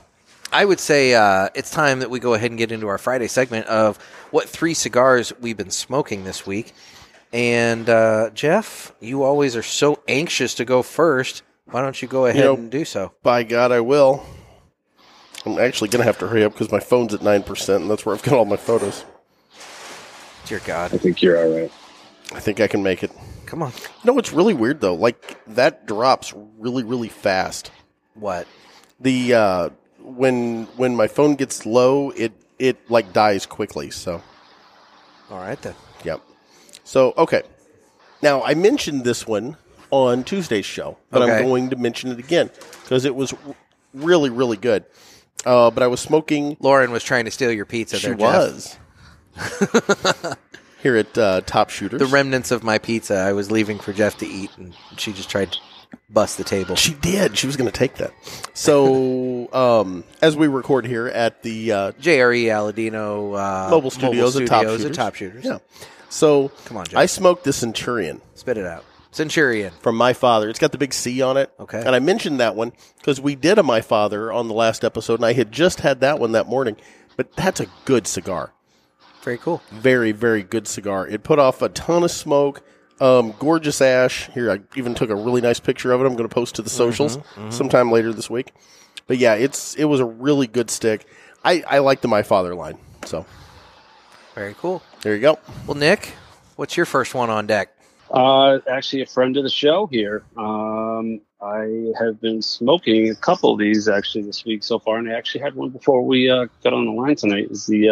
S2: I would say uh, it's time that we go ahead and get into our Friday segment of what three cigars we've been smoking this week. And uh, Jeff, you always are so anxious to go first. Why don't you go ahead
S1: Yep.
S2: and do so?
S1: By God, I will. I'm actually going to have to hurry up because my phone's at 9%, and that's where I've got all my photos.
S2: Dear
S4: I
S2: God,
S4: think you're all right.
S1: I think I can make it.
S2: come on!
S1: No, it's really weird, though. Like, that drops really, really fast.
S2: What?
S1: The, uh, when, when my phone gets low, it, it, like, dies quickly, so.
S2: All right then.
S1: Yep. So, okay. Now, I mentioned this one on Tuesday's show, but
S2: Okay.
S1: I'm going to mention it again because it was r- really, really good. Uh, but I was smoking.
S2: Lauren was trying to steal your pizza.
S1: She
S2: there, Jeff.
S1: was. here at uh, Top Shooters.
S2: The remnants of my pizza I was leaving for Jeff to eat, and she just tried to bust the table.
S1: She did. She was going to take that. So, um, as we record here at the uh,
S2: JRE E, Aladino uh,
S1: mobile studios, at Top
S2: Studios
S1: Shooters,
S2: at Top Shooters.
S1: yeah. So,
S2: Come on, Jeff.
S1: I smoked the Centurion
S2: Spit it out. Centurion.
S1: from My Father. It's got the big C on it.
S2: Okay.
S1: And I mentioned that one because we did a My Father on the last episode, and I had just had that one that morning. But that's a good cigar.
S2: Very cool.
S1: very very good cigar it put off a ton of smoke um, gorgeous ash here i even took a really nice picture of it i'm going to post to
S2: Mm-hmm,
S1: the socials sometime later this week but yeah it's it was a really good stick i i like the my father line so
S2: Very cool.
S1: there you go
S2: Well, Nick, what's your first one on deck?
S4: Uh, actually, a friend of the show here. Um, I have been smoking a couple of these actually this week so far, and I actually had one before we uh, got on the line tonight. Is the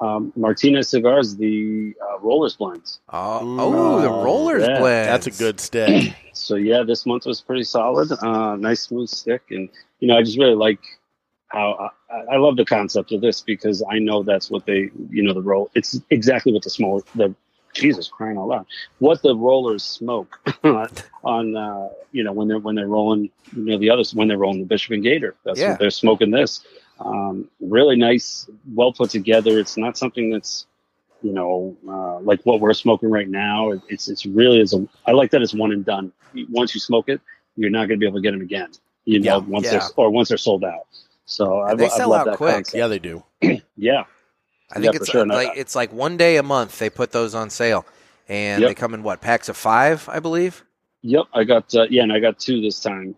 S4: uh, um, Martinez cigars, the uh, Rollers blends.
S2: Oh,
S1: Ooh.
S2: oh, the rollers
S4: Yeah,
S2: blend.
S1: Uh, that's a good stick
S4: So yeah, this month was pretty solid. Uh, nice smooth stick, and you know I just really like how I, I love the concept of this because I know that's what they you know the roll. It's exactly what the small the Jesus crying out loud. What the rollers smoke on uh, you know when they're when they're rolling you know the others when they're rolling the Bishop and Gator. That's
S2: Yeah.
S4: what they're smoking this. Um, really nice, well put together. It's not something that's you know, uh, like what we're smoking right now. It- It's it's really is a. I like that it's one and done. Once you smoke it, you're not going to be able to get them again. You know,
S1: Yeah,
S4: once
S2: yeah.
S4: they're or once they're sold out. So I,
S2: And they
S4: I
S2: sell
S4: love
S2: out
S4: that
S2: quick.
S4: concept.
S1: yeah they do
S4: Yeah,
S2: I think
S4: Yeah, for
S2: it's
S4: sure. And I-
S2: like it's like one day a month they put those on sale, and
S4: Yep.
S2: they come in what packs of five, I believe.
S4: yep. I got uh, yeah, and I got two this time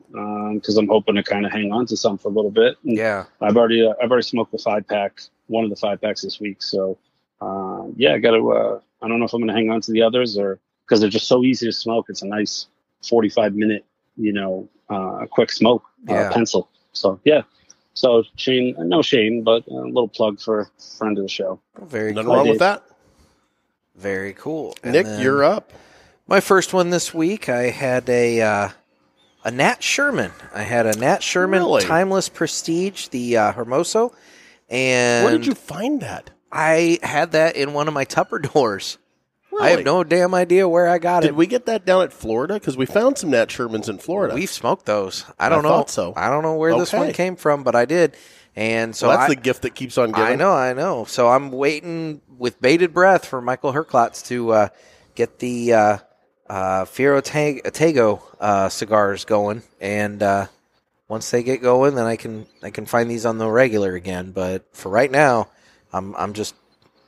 S4: because I'm hoping to kind of hang on to some for a little bit.
S1: Mm.
S4: And
S2: Yeah,
S4: I've already uh, I've already smoked the five pack, one of the five packs this week. So uh, yeah, I got to. Uh, I don't know if I'm going to hang on to the others or because they're just so easy to smoke. It's a nice 45 minute, you know, uh, quick smoke uh,
S2: Yeah.
S4: pencil. So yeah, so shame, no shame, but a little plug for a friend of the show.
S2: very
S1: nothing
S2: cool.
S1: wrong with that
S2: very cool. And
S1: nick
S2: then
S1: you're up
S2: my first one this week. I had a uh, a Nat Sherman. I had a Nat Sherman
S1: Really?
S2: Timeless Prestige, the uh, Hermoso, and
S1: where did you find that
S2: I had that in one of my Tupper doors. I
S1: Really?
S2: have no damn idea where I got
S1: did
S2: it.
S1: we get that down at florida because we found some nat shermans in florida
S2: We've smoked those. I don't know.
S1: thought so.
S2: I don't know where this
S1: Okay.
S2: one came from, but I did. And so
S1: so that's
S2: I,
S1: the gift that keeps on giving
S2: I know, I know. So I'm waiting with bated breath for Michael Herklotz to uh, get the uh, uh, Firo Tag- Tago uh, cigars going, and uh, once they get going, then I can I can find these on the regular again. But for right now, I'm I'm just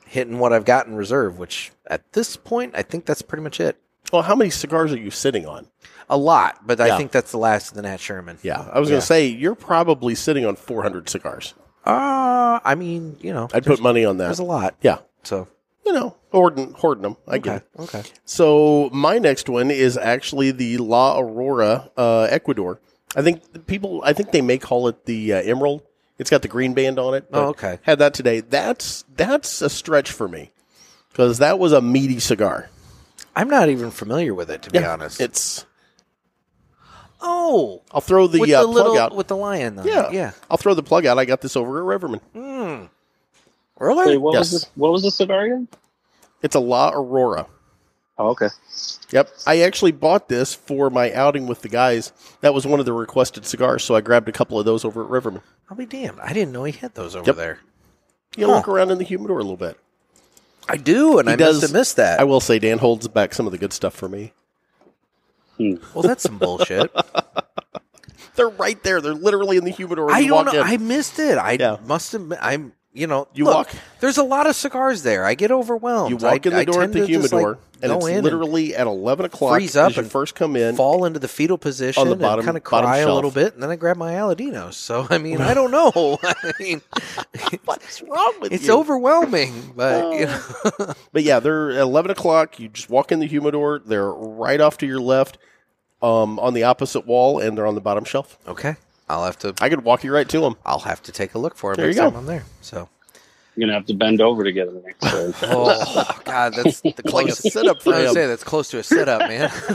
S2: hitting what I've got in reserve, which at this point I think that's pretty much it.
S1: well how many cigars are you sitting on
S2: A lot, but
S1: Yeah.
S2: I think that's the last of the Nat Sherman.
S1: Yeah, I was going to say you're probably sitting on 400 cigars.
S2: Uh, I mean, you know,
S1: I'd put money on that.
S2: there's a lot.
S1: yeah,
S2: So
S1: you know, hoarding, hoarding them. I get
S2: okay,
S1: it.
S2: okay.
S1: So my next one is actually the La Aurora uh, Ecuador. I think the people, I think they may call it the uh, Emerald. It's got the green band on it. but
S2: Oh, okay.
S1: Had that today. That's that's a stretch for me because that was a meaty cigar.
S2: I'm not even familiar with it to be
S1: Yeah,
S2: honest.
S1: it's.
S2: Oh,
S1: I'll throw the,
S2: with
S1: uh,
S2: the little
S1: plug out.
S2: with the lion. On
S1: yeah,
S2: it. yeah.
S1: I'll throw the plug out. I got this over at Riverman.
S2: Really?
S4: Wait, what
S1: Yes.
S4: was this? What was the cigar again?
S1: It's a La Aurora.
S4: Oh, okay.
S1: Yep. I actually bought this for my outing with the guys. That was one of the requested cigars, so I grabbed a couple of those over at Riverman.
S2: I'll be damned. I didn't know he had those over
S1: Yep.
S2: there.
S1: You
S2: Huh.
S1: look around in the humidor a little bit.
S2: I do, and
S1: He
S2: I
S1: does-
S2: must have missed that.
S1: I will say Dan holds back some of the good stuff for me.
S2: well, that's some bullshit.
S1: They're right there. They're literally in the humidor. When
S2: I
S1: you
S2: don't
S1: walk
S2: know.
S1: in.
S2: I missed it. I
S1: Yeah.
S2: must have. I'm. You know,
S1: You
S2: look,
S1: walk-
S2: There's a lot of cigars there. I get overwhelmed.
S1: you walk
S2: I-
S1: in the
S2: I
S1: door at
S2: tend
S1: the
S2: to just,
S1: humidor,
S2: like,
S1: and
S2: go
S1: it's
S2: in
S1: literally at eleven o'clock.
S2: freeze up
S1: as you
S2: and
S1: first come in.
S2: fall into the fetal position
S1: On the bottom-
S2: and kind of
S1: bottom
S2: cry a
S1: shelf.
S2: little bit, and then I grab my Aladinos. So I mean, I don't know. I mean,
S1: What's wrong with
S2: it's
S1: you?
S2: overwhelming, but
S1: Oh.
S2: you know.
S1: But yeah, they're at eleven o'clock. You just walk in the humidor. They're right off to your left, um, on the opposite wall, and they're on the bottom shelf.
S2: Okay, I'll have to.
S1: I could walk you right to them.
S2: I'll have to take a look for him
S1: There you
S2: next time
S1: go.
S2: I'm there. So,
S4: You're gonna have to bend over to get it next time.
S2: oh god, that's the
S1: Like a
S2: closest.
S1: sit up for
S2: I
S1: him.
S2: would say that's close to a sit up, man.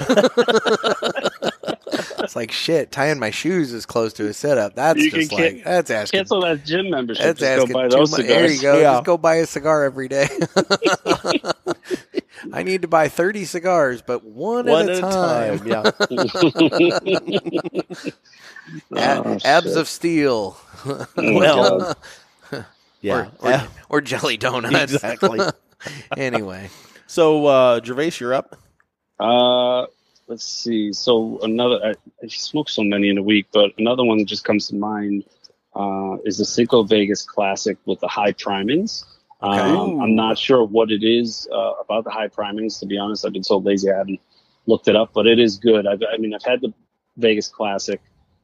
S2: it's like shit. Tying my shoes is close to a sit up. That's
S4: You
S2: just
S4: can
S2: like
S4: can-
S2: that's asking.
S4: Cancel that gym membership.
S2: That's
S4: Just go
S2: asking
S4: buy
S2: too
S4: those
S2: much. There you
S4: cigars.
S2: go.
S1: Yeah.
S2: Just go buy a cigar every day. I need to buy 30 cigars, but one,
S1: One
S2: at a time.
S1: Yeah.
S2: A-
S4: Oh,
S2: abs
S4: shit.
S2: of steel.
S1: Well,
S4: God.
S1: yeah.
S2: Or, or, or jelly donuts.
S1: exactly.
S2: anyway.
S1: So, uh, Gervais, you're up.
S4: Uh, let's see. So another, I, I smoke so many in a week, but another one that just comes to mind uh, is the Cinco Vegas Classic with the high primings. Um,
S1: Ooh.
S4: I'm not sure what it is uh, about the high primings. To be honest, I've been so lazy I haven't looked it up, but it is good. I've, I mean, I've had the Vegas Classic,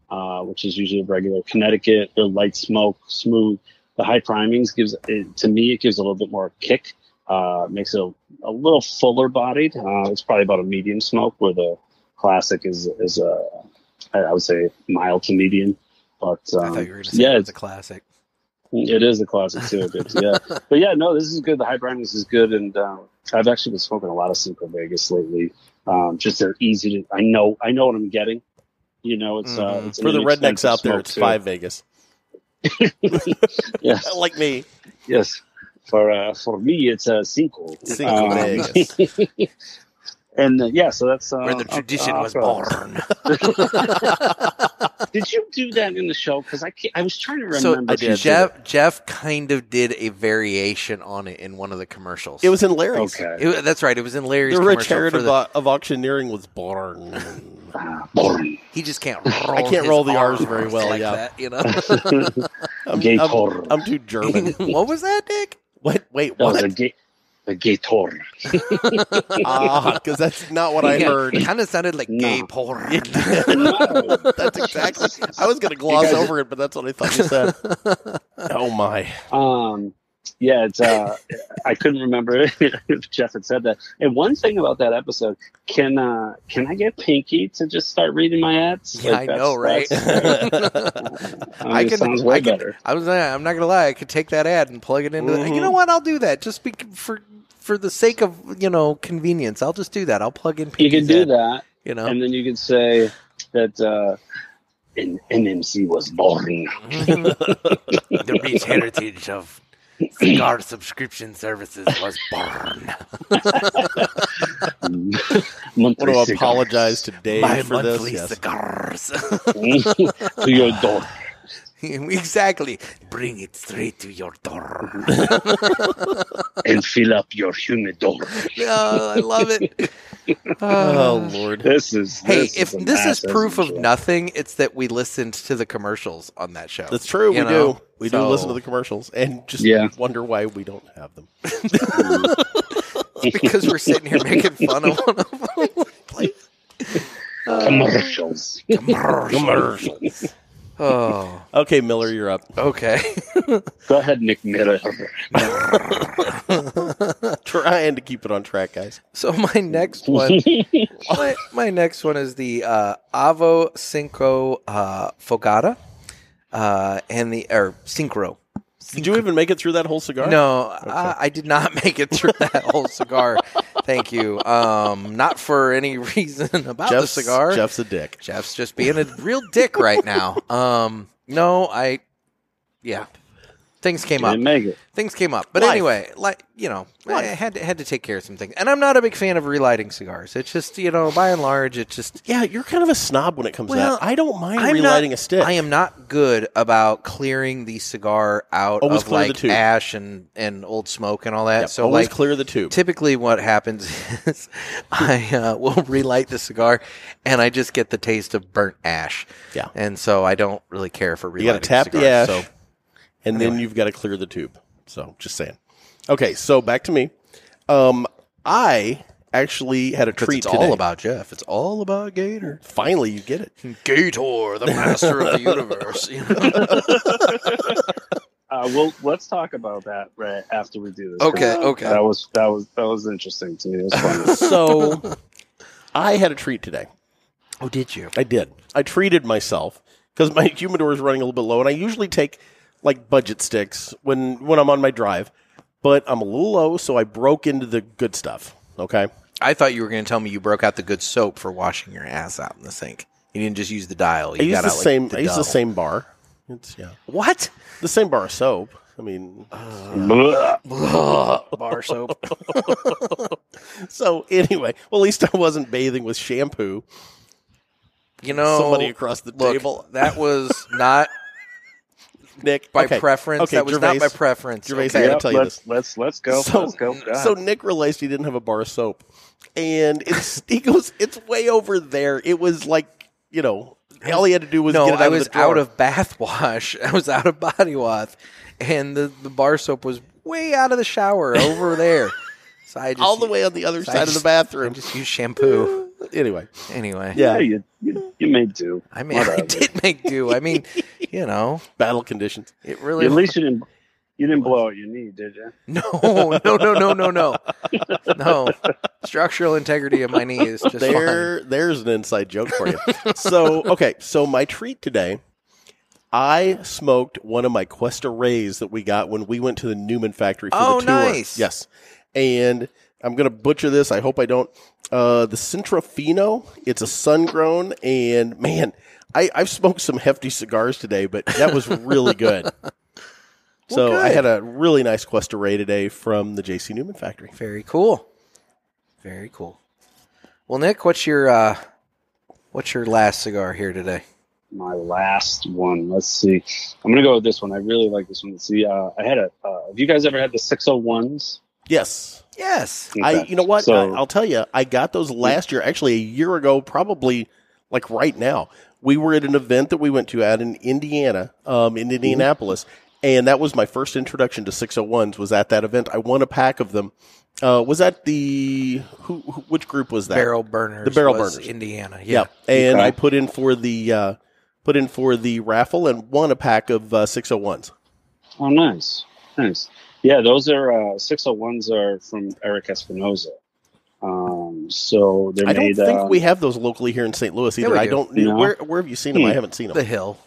S4: uh, which is usually regular Connecticut. They're light smoke, smooth. The high primings gives it, to me, it gives a little bit more kick. Uh, makes it a a little fuller bodied. Uh, it's probably about a medium smoke, where the classic is is a I I would say mild to medium. But
S2: I
S4: um,
S2: thought you were going to say
S4: yeah,
S2: it
S4: it's,
S2: was a classic.
S4: it is a classic too. But yeah, but yeah, no, this is good. The high brightness is good, and um, I've actually been smoking a lot of Cinco Vegas lately. Um, just they're easy to. I know I know what I'm getting. You know, it's,
S2: Mhm.
S4: uh, it's an
S1: Mm-hmm. For the rednecks
S4: inexpensive
S1: out there,
S4: smoke,
S1: it's
S4: too.
S1: five Vegas.
S4: Yes,
S1: like me.
S4: yes. For uh, for me, it's a cinco.
S1: Cinco
S4: Um,
S1: Vegas.
S4: And uh, yeah, so that's uh,
S2: Where the
S4: I'll-
S2: tradition
S4: I'll
S2: was
S4: throw-
S2: born.
S4: Did you do that in the show? Because I can't, I was trying to
S2: so
S4: remember. if you did it.
S2: Jeff, Jeff kind of did a variation on it in one of the commercials.
S1: It was in Larry's.
S4: Okay.
S2: It- that's right. It was in Larry's
S1: The rich
S2: commercial.
S1: heritage
S2: For
S1: of,
S2: the,
S1: au- of auctioneering was born.
S4: Ah, boring.
S2: he just can't. Roll
S1: can't
S2: his
S1: roll the R's
S2: R
S1: very well,
S2: Like
S1: yeah.
S2: that, you know.
S1: I'm,
S4: Gator.
S1: I'm, I'm too German.
S2: what was that, Dick?
S1: what? Wait,
S4: That was a
S1: what?
S4: gay, a gay tour.
S1: Ah, because that's not what I heard.
S2: Kind of sounded like gay
S4: No.
S2: porn.
S1: that's exactly. I was going to gloss
S4: guys-
S1: over it, but that's what I thought you said. oh my!
S4: Um, yeah, it's, uh, I couldn't remember if Jeff had said that. And one thing about that episode, can uh, can I get Pinky to just start reading my ads?
S2: Yeah, I know, right?
S4: I can. Sounds way
S2: I can,
S4: better.
S2: I was. uh, I'm not gonna lie. I could take that ad and plug it into. The, you
S1: Mhm.
S2: know what? I'll do that just be, for for the sake of you know convenience. I'll just do that. I'll plug in.
S4: You can
S2: Pinky's
S4: do
S2: ad,
S4: that,
S2: You know.
S4: and then you can say that uh, an NMC was born.
S2: the rich heritage of cigar subscription services was born.
S1: I want to apologize to Dave for this. Yes.
S2: cigars.
S4: to your door.
S2: exactly. Bring it straight to your door.
S4: and fill up your humidor.
S2: oh, I love it. Uh,
S1: Oh Lord!
S4: This is
S2: Hey,
S4: this
S2: if
S4: a
S2: this is
S4: massive
S2: proof of
S4: intro.
S2: nothing, it's that we listened to the commercials on that show.
S1: That's true. We
S2: You know,
S1: do. We
S2: so-
S1: do listen to the commercials and just
S4: Yeah.
S1: wonder why we don't have them.
S2: because we're sitting here making fun of one of them.
S4: commercials,
S1: Commercials.
S2: Oh,
S1: okay, Miller, you're up.
S2: okay.
S4: go ahead, Nick Miller.
S1: Trying to keep it on track, guys.
S2: So my next one, my, my next one is the uh, Avo Cinco uh, Fogata, uh, and the or Synchro.
S1: Did you even make it through that whole cigar?
S2: No, uh, I, I did not make it through that whole cigar. Thank you. Um, not for any reason about
S1: Jeff's
S2: the cigar.
S1: Jeff's a dick.
S2: Jeff's just being a real dick right now. Um, no, I, yeah, things came up
S4: Didn't make it.
S2: things came up. But
S1: Life.
S2: anyway, like you know, I had to, had to take care of some things. And I'm not a big fan of relighting cigars. It's just you know, by and large, it just
S1: Yeah, you're kind of a snob when it comes
S2: Well,
S1: to that. I don't mind
S2: I'm
S1: relighting
S2: not,
S1: a stick.
S2: I am not good about clearing the cigar out
S1: Always
S2: of
S1: clear the
S2: like
S1: tube.
S2: ash and and old smoke and all that.
S1: Yep,
S2: so
S1: always
S2: like
S1: clear the tube.
S2: Typically, what happens is I uh, will relight the cigar, and I just get the taste of burnt ash.
S1: Yeah.
S2: and so I don't really care for
S1: you got
S2: relighting.
S1: to tap the
S2: cigars,
S1: ash,
S2: So
S1: and then you've got to clear the tube. So just saying. Okay, so back to me. Um, I actually had a
S2: 'cause
S1: treat
S2: it's
S1: today.
S2: all about Jeff. It's all about Gator.
S1: Finally, you get it.
S2: Gator, the master of the universe. you know?
S4: Uh, well, let's talk about that right after we do this.
S2: Okay, okay.
S4: That was that was that was interesting to me. It was fun.
S1: So I had a treat today.
S2: Oh, did you?
S1: I did. I treated myself because my humidor is running a little bit low, and I usually take like budget sticks when when I'm on my drive, but I'm a little low, so I broke into the good stuff. Okay.
S2: I thought you were going to tell me you broke out the good soap for washing your ass out in the sink. You didn't just use the dial. You
S1: I use
S2: got
S1: the
S2: out, like,
S1: same. I use the
S2: dowel.
S1: same bar. It's yeah,
S2: What?
S1: the same bar of soap. I mean,
S4: Blah.
S2: Ugh, bar soap.
S1: So anyway, well, at least I wasn't bathing with shampoo.
S2: You know,
S1: Somebody across the
S2: Oh, look,
S1: table.
S2: That was not
S1: Nick,
S2: by
S1: okay.
S2: preference.
S1: Okay,
S2: that was not
S1: Gervais.
S2: by preference.
S1: Gervais,
S2: okay?
S1: I gotta tell you
S4: let's,
S1: this.
S4: Let's let's go.
S1: So-
S4: let's go. God.
S1: So Nick realized he didn't have a bar of soap, and it's he goes, it's way over there. It was like you know, all he had to do was
S2: no,
S1: get it out
S2: I
S1: of
S2: was
S1: the drawer.
S2: out of bath wash. I was out of body wash, and the, the bar soap was way out of the shower over there. So I just
S1: all the way on the other
S2: so I
S1: side of the
S2: just- I
S1: bathroom.
S2: just used shampoo.
S1: Anyway,
S2: Anyway,
S1: yeah,
S4: yeah, you, you you may do.
S2: I mean, I
S4: Whatever.
S2: did make do. I mean, you know,
S1: battle conditions.
S2: it
S4: At
S2: really.
S4: least you didn't you didn't blow out your knee, did you?
S2: No, no, no, no, no, no, no. Structural integrity of my knee is just fine.
S1: There, there's an inside joke for you. so okay, so my treat today, I smoked one of my Questa Rays that we got when we went to the Newman factory for
S2: Oh,
S1: the tour.
S2: nice.
S1: Yes, and I'm gonna butcher this. I hope I don't. Uh, the Centrofino. It's a sun grown, and man, I, I've smoked some hefty cigars today, but that was really good. So I
S2: good.
S1: had a really nice Questa Ray today from the J.C. Newman factory.
S2: Very cool. Very cool. Well, Nick, what's your uh, what's your last cigar here today?
S4: My last one. Let's see. I'm gonna go with this one. I really like this one. Let's see. Uh, I had a. Uh, have you guys ever had the 601s?
S1: Yes,
S2: Yes.
S1: I,
S4: Okay.
S1: you know what?
S4: So-
S1: I, I'll tell you, I got those last year, actually a year ago, probably like right now. We were at an event that we went to out in Indiana, um,
S4: Mm-hmm.
S1: in Indianapolis, and that was my first introduction to 601s. Was at that event. I won a pack of them. Uh, was that the who, who? Which group was that?
S2: Barrel burners.
S1: The barrel
S2: was
S1: burners.
S2: Indiana.
S1: Yeah,
S2: Yeah.
S1: and
S4: Okay.
S1: I put in for the uh, put in for the raffle and won a pack of uh, 601s.
S4: Oh, nice, nice. Yeah, those are uh, 601s are from Eric Espinoza. Um, so they're
S1: I don't
S4: made.
S1: think
S4: uh,
S1: we have those locally here in St. Louis
S2: Yeah,
S1: either.
S2: we
S1: I
S2: do.
S1: don't.
S4: No.
S1: Where where have you seen
S4: Hmm.
S1: them? I haven't seen them.
S2: The Hill.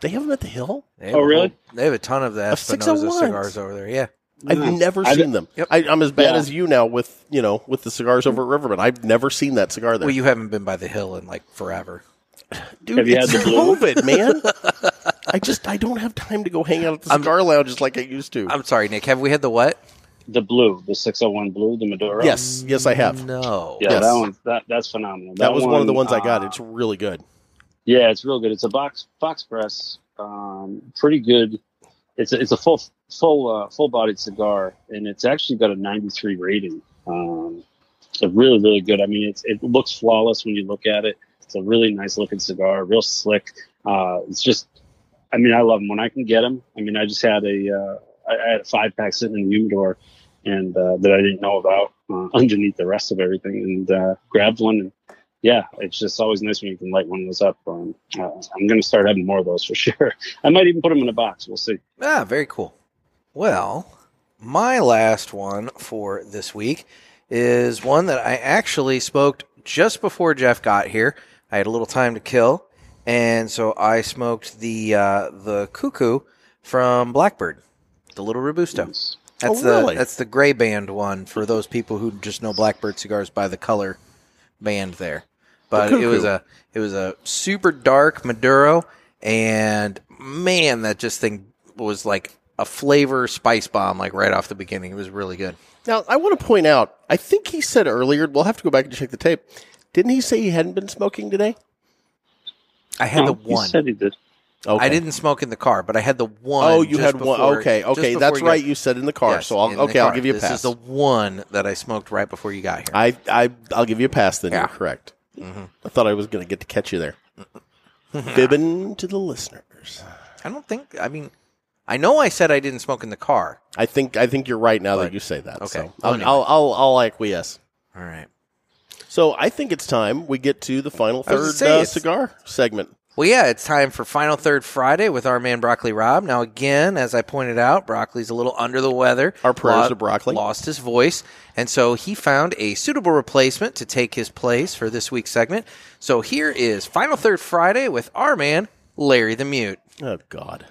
S1: they have them at the Hill.
S2: They have a
S4: Oh, really?
S2: whole- they have a ton of the
S1: Of
S2: Espinosa
S1: 601s.
S2: cigars over there. Yeah.
S1: I've
S4: Nice.
S1: never
S4: I've-
S1: seen them.
S2: Yep.
S1: I, I'm as bad
S4: Yeah.
S1: as you now with you know with the cigars over at Riverbend. I've never seen that cigar there.
S2: Well, you haven't been by the Hill in like forever.
S1: Dude,
S4: Have you had
S1: it's
S4: the blue?
S1: COVID, man. I just I don't have time to go hang out at the
S2: I'm-
S1: cigar lounges like I used to.
S2: I'm sorry, Nick. Have we had the what?
S4: the blue, the 601 blue, the Maduro.
S1: yes, yes, I have.
S2: No.
S4: Yeah,
S1: Yes.
S4: that one. That, that's phenomenal.
S1: that was one, of the ones I got.
S2: Ah.
S4: uh,
S1: It's really good.
S4: Yeah, it's real good. It's a box box press, um, pretty good. It's a, it's a full full uh, full bodied cigar, and it's actually got a 93 rating. Um, so really really good. I mean, it's it looks flawless when you look at it. It's a really nice looking cigar, real slick. Uh, it's just, I mean, I love them when I can get them. I mean, I just had a uh, I, I had a five pack sitting in the humidor, and uh, that I didn't know about uh, underneath the rest of everything, and uh, grabbed one and yeah, it's just always nice when you can light one of those up. Um, uh, I'm going to start having more of those for sure. I might even put them in a box. We'll see.
S2: Ah, very cool. Well, my last one for this week is one that I actually smoked just before Jeff got here. I had a little time to kill, and so I smoked the uh, the cuckoo from Blackbird, the little robusto.
S4: Nice.
S2: That's
S1: Oh,
S2: the
S1: really?
S2: that's the gray band one for those people who just know Blackbird cigars by the color band there. But it was a it was a super dark Maduro, and man, that just thing was like a flavor spice bomb, like right off the beginning. It was really good.
S1: Now I want to point out. I think he said earlier. We'll have to go back and check the tape. Didn't he say he hadn't been smoking today?
S2: I had the
S4: Oh,
S2: one.
S4: You said he did.
S1: Okay.
S2: I didn't smoke in the car, but I had the one.
S1: Oh, you
S2: just
S1: had one.
S2: before-
S1: Okay,
S2: just
S1: okay,
S2: before
S1: that's
S2: you got-
S1: right. You said in the car.
S2: Yes,
S1: so I'll,
S2: in the
S1: okay, I'll
S2: car.
S1: give you a
S2: this
S1: pass.
S2: This is the one that I smoked right before you got here.
S1: I, I I'll give you a pass. Then
S2: Yeah.
S1: you're correct. Mm-hmm.
S2: Mhm.
S1: I thought I was going to get to catch you there. Fibbing to the listeners.
S2: I don't think. I mean, I know I said I didn't smoke in the car.
S1: I think I think you're right now that
S2: But-
S1: you say that.
S2: okay.
S1: So
S2: Well,
S1: I'll,
S2: anyway.
S1: I'll, I'll I'll acquiesce.
S2: All right.
S1: So I think it's time we get to the final
S2: I was gonna
S1: third
S2: say,
S1: uh,
S2: it's-
S1: cigar segment.
S2: Well, yeah, it's time for Final Third Friday with our man Broccoli Rob. Now, again, as I pointed out, Broccoli's a little under the weather.
S1: Our prayers to Broccoli.
S2: Lost his voice, and so he found a suitable replacement to take his place for this week's segment. So here is Final Third Friday with our man Larry the Mute.
S1: Oh God.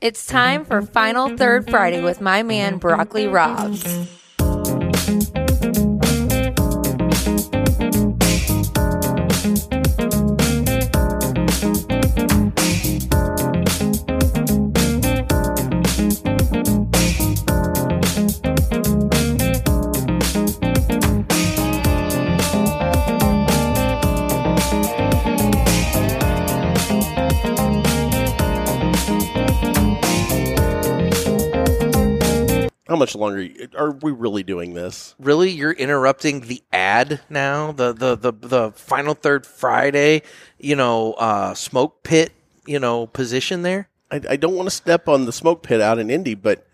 S8: It's time for Final Third Friday with my man Broccoli Robs.
S1: How much longer are we really doing this?
S2: Really, you're interrupting the ad now. The the the the final third Friday, you know, uh, smoke pit, you know, position there.
S1: I, I don't want to step on the smoke pit out in Indy, but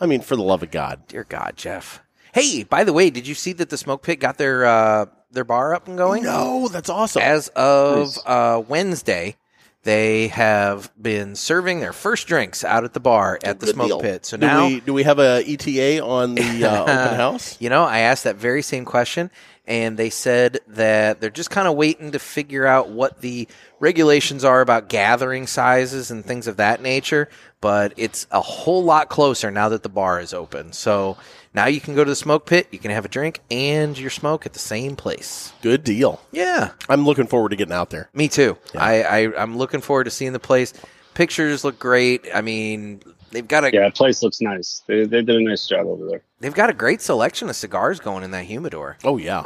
S1: I mean, for the love of God,
S2: Dear God, Jeff. Hey, by the way, did you see that the smoke pit got their uh, their bar up and going?
S1: no, that's awesome.
S2: As of
S4: Nice.
S2: uh, Wednesday, they have been serving their first drinks out at the bar at the
S1: Good
S2: smoke
S1: deal.
S2: pit. So
S1: do
S2: now
S1: we, do we have a ETA on the uh, open house?
S2: You know, I asked that very same question, and they said that they're just kind of waiting to figure out what the regulations are about gathering sizes and things of that nature. But it's a whole lot closer now that the bar is open. So now you can go to the smoke pit, you can have a drink and your smoke at the same place.
S1: Good deal.
S2: Yeah,
S1: I'm looking forward to getting out there.
S2: me too. I, I I'm looking forward to seeing the place. Pictures look great. I mean, they've got a
S4: Yeah, the place looks nice. They, they did a nice job over there.
S2: they've got a great selection of cigars going in that humidor.
S1: Oh yeah.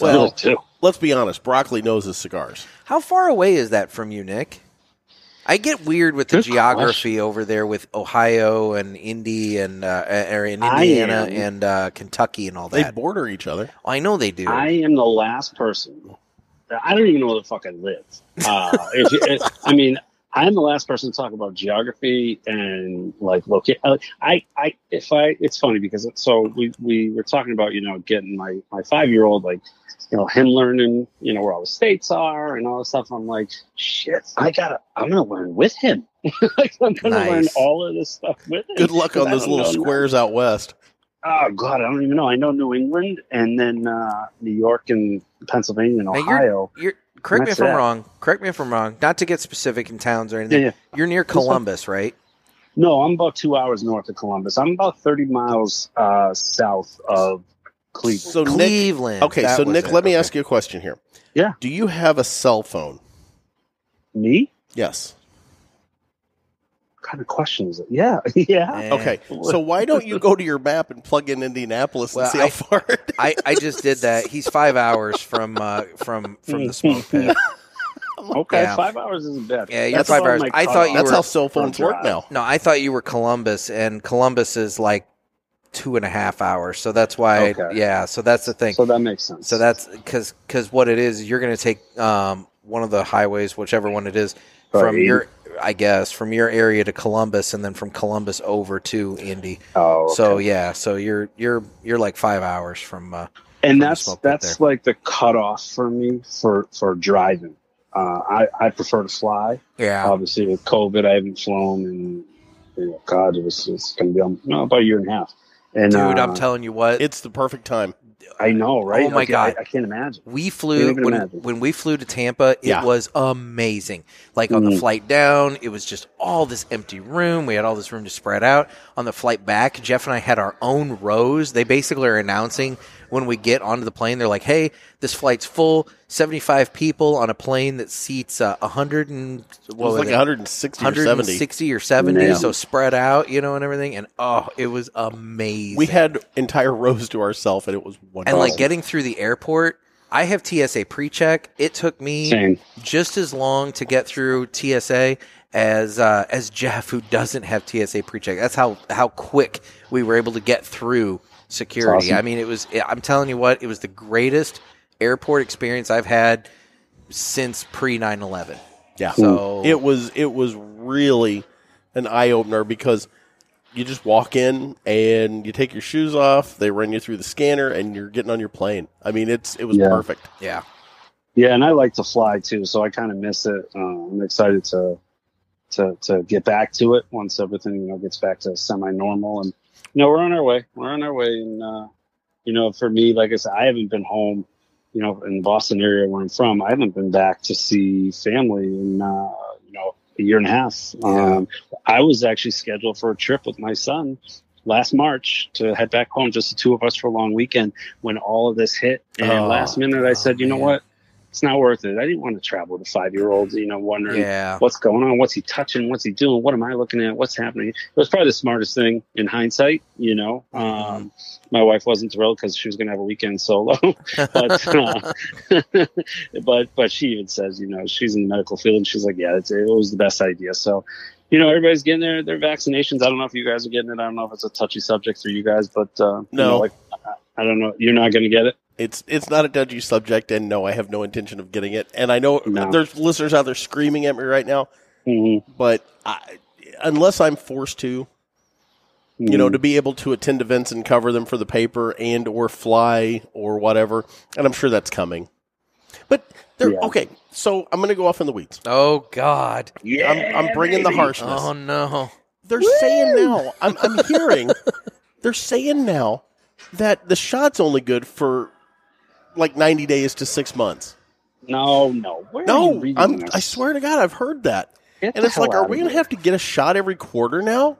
S4: Well,
S1: Well,
S4: too.
S1: let's be honest. Broccoli knows his cigars.
S2: How far away is that from you, Nick? I get weird with the
S4: Good
S2: geography over there with Ohio and Indy and uh, or in
S4: I
S2: Indiana
S4: am-
S2: and uh, Kentucky and all
S1: They
S2: that.
S1: border each other.
S2: I know they do.
S4: I am the last person. I don't even know where the fuck I live. Uh, if you, if- I mean, I'm the last person to talk about geography and like locate. I, I, if I, it's funny because it's- so we we were talking about you know getting my my five year old like you know him learning you know where all the states are and all this stuff. I'm like shit. I gotta. I'm gonna learn with him. like I'm gonna learn
S2: Nice.
S4: all of this stuff with him.
S1: Good luck on
S4: I
S1: those
S4: don't
S1: little
S4: know nothing
S1: squares out west.
S4: oh god, I don't even know. I know New England and then uh, New York and Pennsylvania and
S2: Now, you're-
S4: Ohio.
S2: You're, correct me if
S4: That's
S2: I'm
S4: that.
S2: wrong. Correct me if I'm wrong. Not to get specific in towns or
S4: Yeah,
S2: anything.
S4: yeah.
S2: You're near
S4: fine.
S2: Columbus, right?
S4: No, I'm about two hours north of Columbus. I'm about thirty miles uh, south of Cleveland.
S1: So Nick,
S2: Cleveland.
S1: okay.
S2: That
S1: So
S2: was
S1: Nick,
S2: it.
S1: let me
S2: Okay.
S1: ask you a question here.
S4: Yeah.
S1: Do you have a cell phone?
S4: Me?
S1: Yes.
S4: What kind of question is it? Yeah, yeah.
S2: Eh.
S1: Okay. So why don't you go to your map and plug in Indianapolis and
S2: Well,
S1: see how
S2: I-
S1: far? It
S2: I, I just did that. He's five hours from uh, from from the smoke pit.
S4: Okay,
S2: Yeah.
S4: five hours isn't bad.
S2: Yeah, you're
S4: That's
S2: five
S4: about
S2: hours.
S4: my
S2: I thought
S4: cutoff.
S2: you
S1: That's
S2: were-
S1: how cell phones work
S4: drive.
S1: now.
S2: No, I thought you were Columbus, and Columbus is like two and a half hours. So that's why,
S4: Okay.
S2: yeah. So that's the thing.
S4: So
S2: So,
S4: that makes sense.
S2: that's because because what it is, you're going to take um, one of the highways, whichever one it is, from
S4: Right.
S2: your, I guess, from your area to Columbus, and then from Columbus over to Indy.
S4: oh, okay.
S2: So yeah, so you're you're you're like five hours from. Uh, from
S4: and
S2: the
S4: that's
S2: smoke pit
S4: that's like the cutoff for me for for driving. Uh, I I prefer to fly.
S2: yeah,
S4: obviously with COVID, I haven't flown and you know, God, it was it's gonna be um, no, about a year and a half. And
S2: dude,
S4: uh,
S2: I'm telling you what,
S1: It's the perfect time.
S4: I know, right?
S2: Oh, my
S4: Like,
S2: God.
S4: I, I can't imagine.
S2: We
S4: Can't
S2: flew
S4: even
S2: when,
S4: imagine.
S2: when we flew to Tampa. It
S1: Yeah.
S2: was amazing. Like on the
S4: Mhm.
S2: flight down, it was just all this empty room. We had all this room to spread out. On the flight back, Jeff and I had our own rows. They basically are announcing when we get onto the plane. They're like, "Hey, this flight's full. Seventy-five people on a plane that seats uh, hundred and
S1: It was
S2: what was
S1: like
S2: it?
S1: 160 or 70.
S2: 160 or 70
S4: Yeah.
S2: so spread out you know and everything and oh it was amazing
S1: We had entire rows to ourselves, and it was
S2: and
S1: wonderful.
S2: like getting through the airport i have tsa pre-check it took me
S4: Same.
S2: just as long to get through TSA as uh, as Jeff, who doesn't have TSA pre-check. That's how how quick we were able to get through security.
S4: That's awesome.
S2: I mean, it was. I'm telling you what, it was the greatest airport experience I've had since pre 9/11.
S1: yeah.
S2: So
S1: it was it was really an eye opener because you just walk in and you take your shoes off, they run you through the scanner, and you're getting on your plane. I mean, it's it was
S4: Yeah.
S1: perfect.
S2: yeah,
S4: Yeah, and I like to fly too, so I kind of miss it. Uh, I'm excited to to to get back to it once everything you know gets back to semi-normal. And you know, we're on our way. We're on our way, and uh, you know, for me, like I said, I haven't been home. You know, in Boston area where I'm from, I haven't been back to see family in uh, you know a year and a half. Um, I was actually scheduled for a trip with my son last March to head back home, just the two of us for a long weekend. When all of this hit, and
S1: Oh,
S4: last minute, I said, you know
S2: man.
S4: what? it's not worth it. I didn't want to travel with a five year old, you know, wondering
S2: yeah.
S4: what's going on, what's he touching, what's he doing, what am I looking at, what's happening. It was probably the smartest thing in hindsight, you know. Um, my wife wasn't thrilled because she was going to have a weekend solo, but uh, but but she even says, you know, she's in the medical field and she's like, yeah, it's, it was the best idea. So you know, everybody's getting their, their vaccinations. I don't know if you guys are getting it. I don't know if it's a touchy subject for you guys, but uh, you
S1: No.
S4: know, like I- I don't know. You're not going to get it.
S1: It's it's not a dodgy subject, and no, I have no intention of getting it. And I know
S4: No.
S1: there's listeners out there screaming at me right now,
S4: Mhm.
S1: but I, unless I'm forced to, you
S4: Mm.
S1: know, to be able to attend events and cover them for the paper and or fly or whatever, and I'm sure that's coming. But there,
S4: Yeah.
S1: okay, so I'm going to go off in the weeds.
S2: Oh God.
S4: Mm-hmm. yeah,
S1: I'm, I'm bringing the
S4: baby.
S1: harshness.
S2: Oh no.
S1: They're saying now. I'm, I'm hearing. they're saying now that the shot's only good for like 90 days to six months.
S4: No, no, Where are you
S1: No,
S4: reading
S1: I'm,
S4: this?
S1: I swear to God, I've heard that.
S4: Get
S1: and
S4: the
S1: it's like,
S4: hell
S1: are
S4: out
S1: we
S4: of
S1: going to
S4: here.
S1: have to get a shot every quarter now?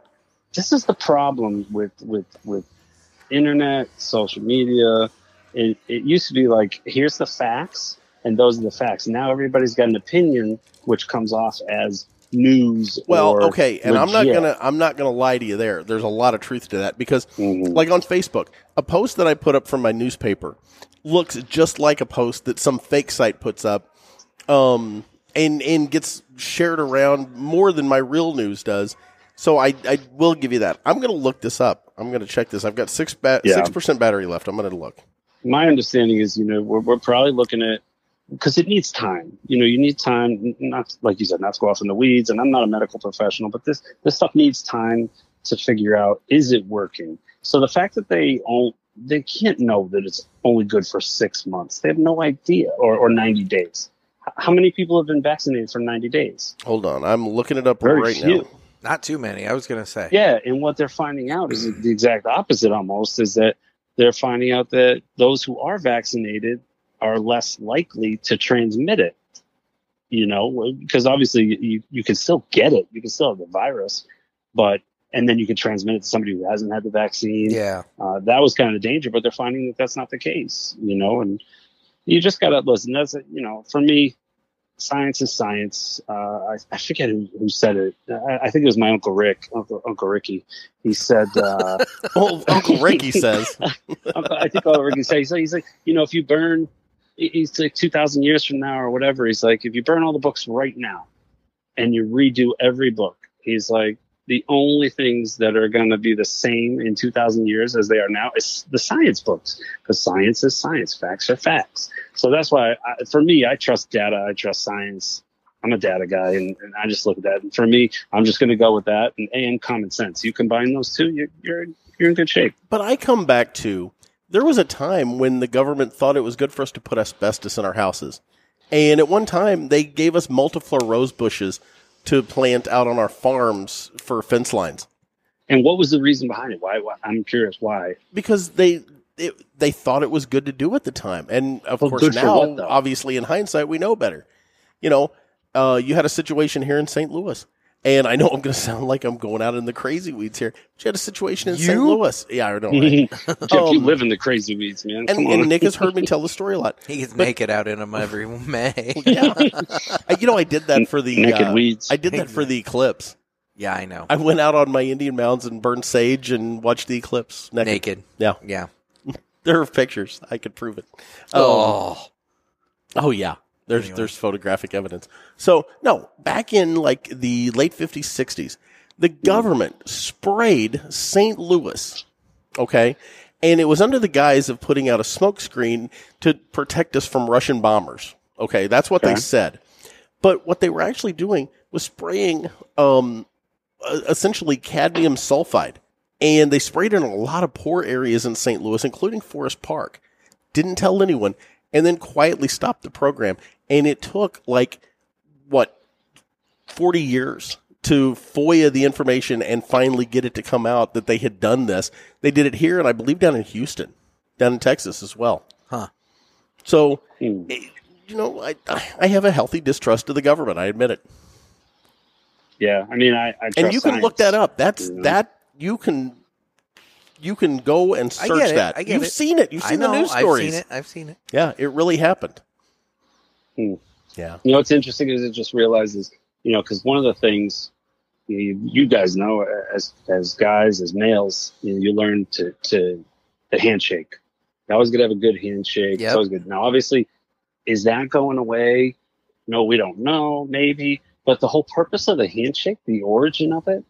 S4: This is the problem with with with internet, social media. It, it used to be like, here's the facts, and those are the facts. Now everybody's got an opinion, which comes off as news.
S1: Well,
S4: or
S1: okay, and I'm not
S4: legit.
S1: gonna I'm not gonna lie to you there. There's a lot of truth to that because,
S4: Mhm.
S1: like on Facebook, a post that I put up from my newspaper looks just like a post that some fake site puts up, um, and and gets shared around more than my real news does. So I, I will give you that. I'm gonna look this up. I'm gonna check this. I've got six ba-
S4: Yeah.
S1: six percent battery left. I'm gonna look.
S4: my understanding is, you know, we're, we're probably looking at because it needs time. You know, you need time. n- Not like you said, not to go off in the weeds. And I'm not a medical professional, but this this stuff needs time to figure out is it working. So the fact that they all they can't know that it's only good for six months. They have no idea, or or 90 days. H- How many people have been vaccinated for 90 days?
S1: Hold on. I'm looking it up
S4: Very
S1: right
S4: few.
S1: now.
S2: Not too many. I was gonna say.
S4: Yeah, and what they're finding out is the exact opposite almost is that they're finding out that those who are vaccinated are less likely to transmit it. You know, because obviously you, you can still get it, you can still have the virus, but and then you can transmit it to somebody who hasn't had the vaccine.
S2: Yeah.
S4: Uh, that was kind of the danger, but they're finding that that's not the case, you know, and you just got to listen. That's, it, you know, for me, science is science. Uh, I, I forget who, who said it. I, I think it was my Uncle Rick, Uncle, Uncle Ricky. He said, uh,
S1: Oh, Uncle Ricky says.
S4: Uncle- I think Uncle Ricky said, he's like, he's like, you know, if you burn, he- he's like 2,000 years from now or whatever, he's like, if you burn all the books right now and you redo every book, he's like, the only things that are going to be the same in 2000 years as they are now is the science books because science is science facts are facts so that's why I, for me i trust data i trust science i'm a data guy and, and i just look at that and for me i'm just going to go with that and, and common sense you combine those two you're, you're, you're in good shape
S1: But I come back to there was a time when the government thought it was good for us to put asbestos in our houses. And at one time, they gave us multiflora rose bushes to plant out on our farms for fence lines
S4: and what was the reason behind it why, why i'm curious why
S1: because they it, they thought it was good to do at the time. And of
S4: Well,
S1: course,
S4: good for
S1: now,
S4: what, though?
S1: obviously, in hindsight, we know better. You know, uh, you had a situation here in St. Louis. And I know I'm going to sound like I'm going out in the crazy weeds here. But you had a situation in St.
S2: You?
S1: Louis. Yeah, I know. Right? Um,
S4: Jeff, you live in the crazy weeds man
S1: and,
S4: Come on.
S1: and Nick has heard me tell the story a lot.
S2: He gets naked out in them every May.
S1: yeah. I- you know, I did that for the
S4: naked
S1: uh,
S4: weeds
S1: I did that for the eclipse.
S2: yeah, I know.
S1: I went out on my Indian mounds and burned sage and watched the eclipse naked.
S2: Naked.
S1: Yeah,
S2: Yeah.
S1: there are pictures. I could prove it. Um,
S2: Oh.
S1: oh yeah. There's
S2: Anyway.
S1: there's photographic evidence. So no, back in like the late 50s, 60s, the government sprayed St. Louis. Okay. And it was under the guise of putting out a smoke screen to protect us from Russian bombers. Okay, that's what they
S4: Okay.
S1: said. But what they were actually doing was spraying um, uh, essentially cadmium sulfide. And they sprayed it in a lot of poor areas in St. Louis, including Forest Park. Didn't tell anyone. And then quietly stopped the program. And it took like, what, 40 years to FOIA the information and finally get it to come out that they had done this. They did it here and I believe down in Houston, down in Texas as well.
S2: Huh.
S1: So eh,
S4: Hmm.
S1: you know, I I have a healthy distrust of the government. I admit it,
S4: yeah i mean i, I trust
S1: and you can look that up. That's
S4: Yeah.
S1: that you can you can go and
S2: I
S1: search
S2: get it.
S1: that.
S2: I get
S1: You've
S2: it.
S1: seen it. You've
S2: I
S1: seen
S2: know.
S1: the news stories.
S2: I've seen it. I've seen it.
S1: Yeah, it really happened.
S4: Hmm.
S1: Yeah,
S4: You know, what's interesting is it just realizes, you know, because one of the things you, you guys know as as guys, as males, you, know, you learn to to the handshake. You're always gonna have a good
S2: Yep.
S4: handshake. It's always good. Now, obviously, is that going away? No, we don't know. Maybe, But the whole purpose of the handshake, the origin of it,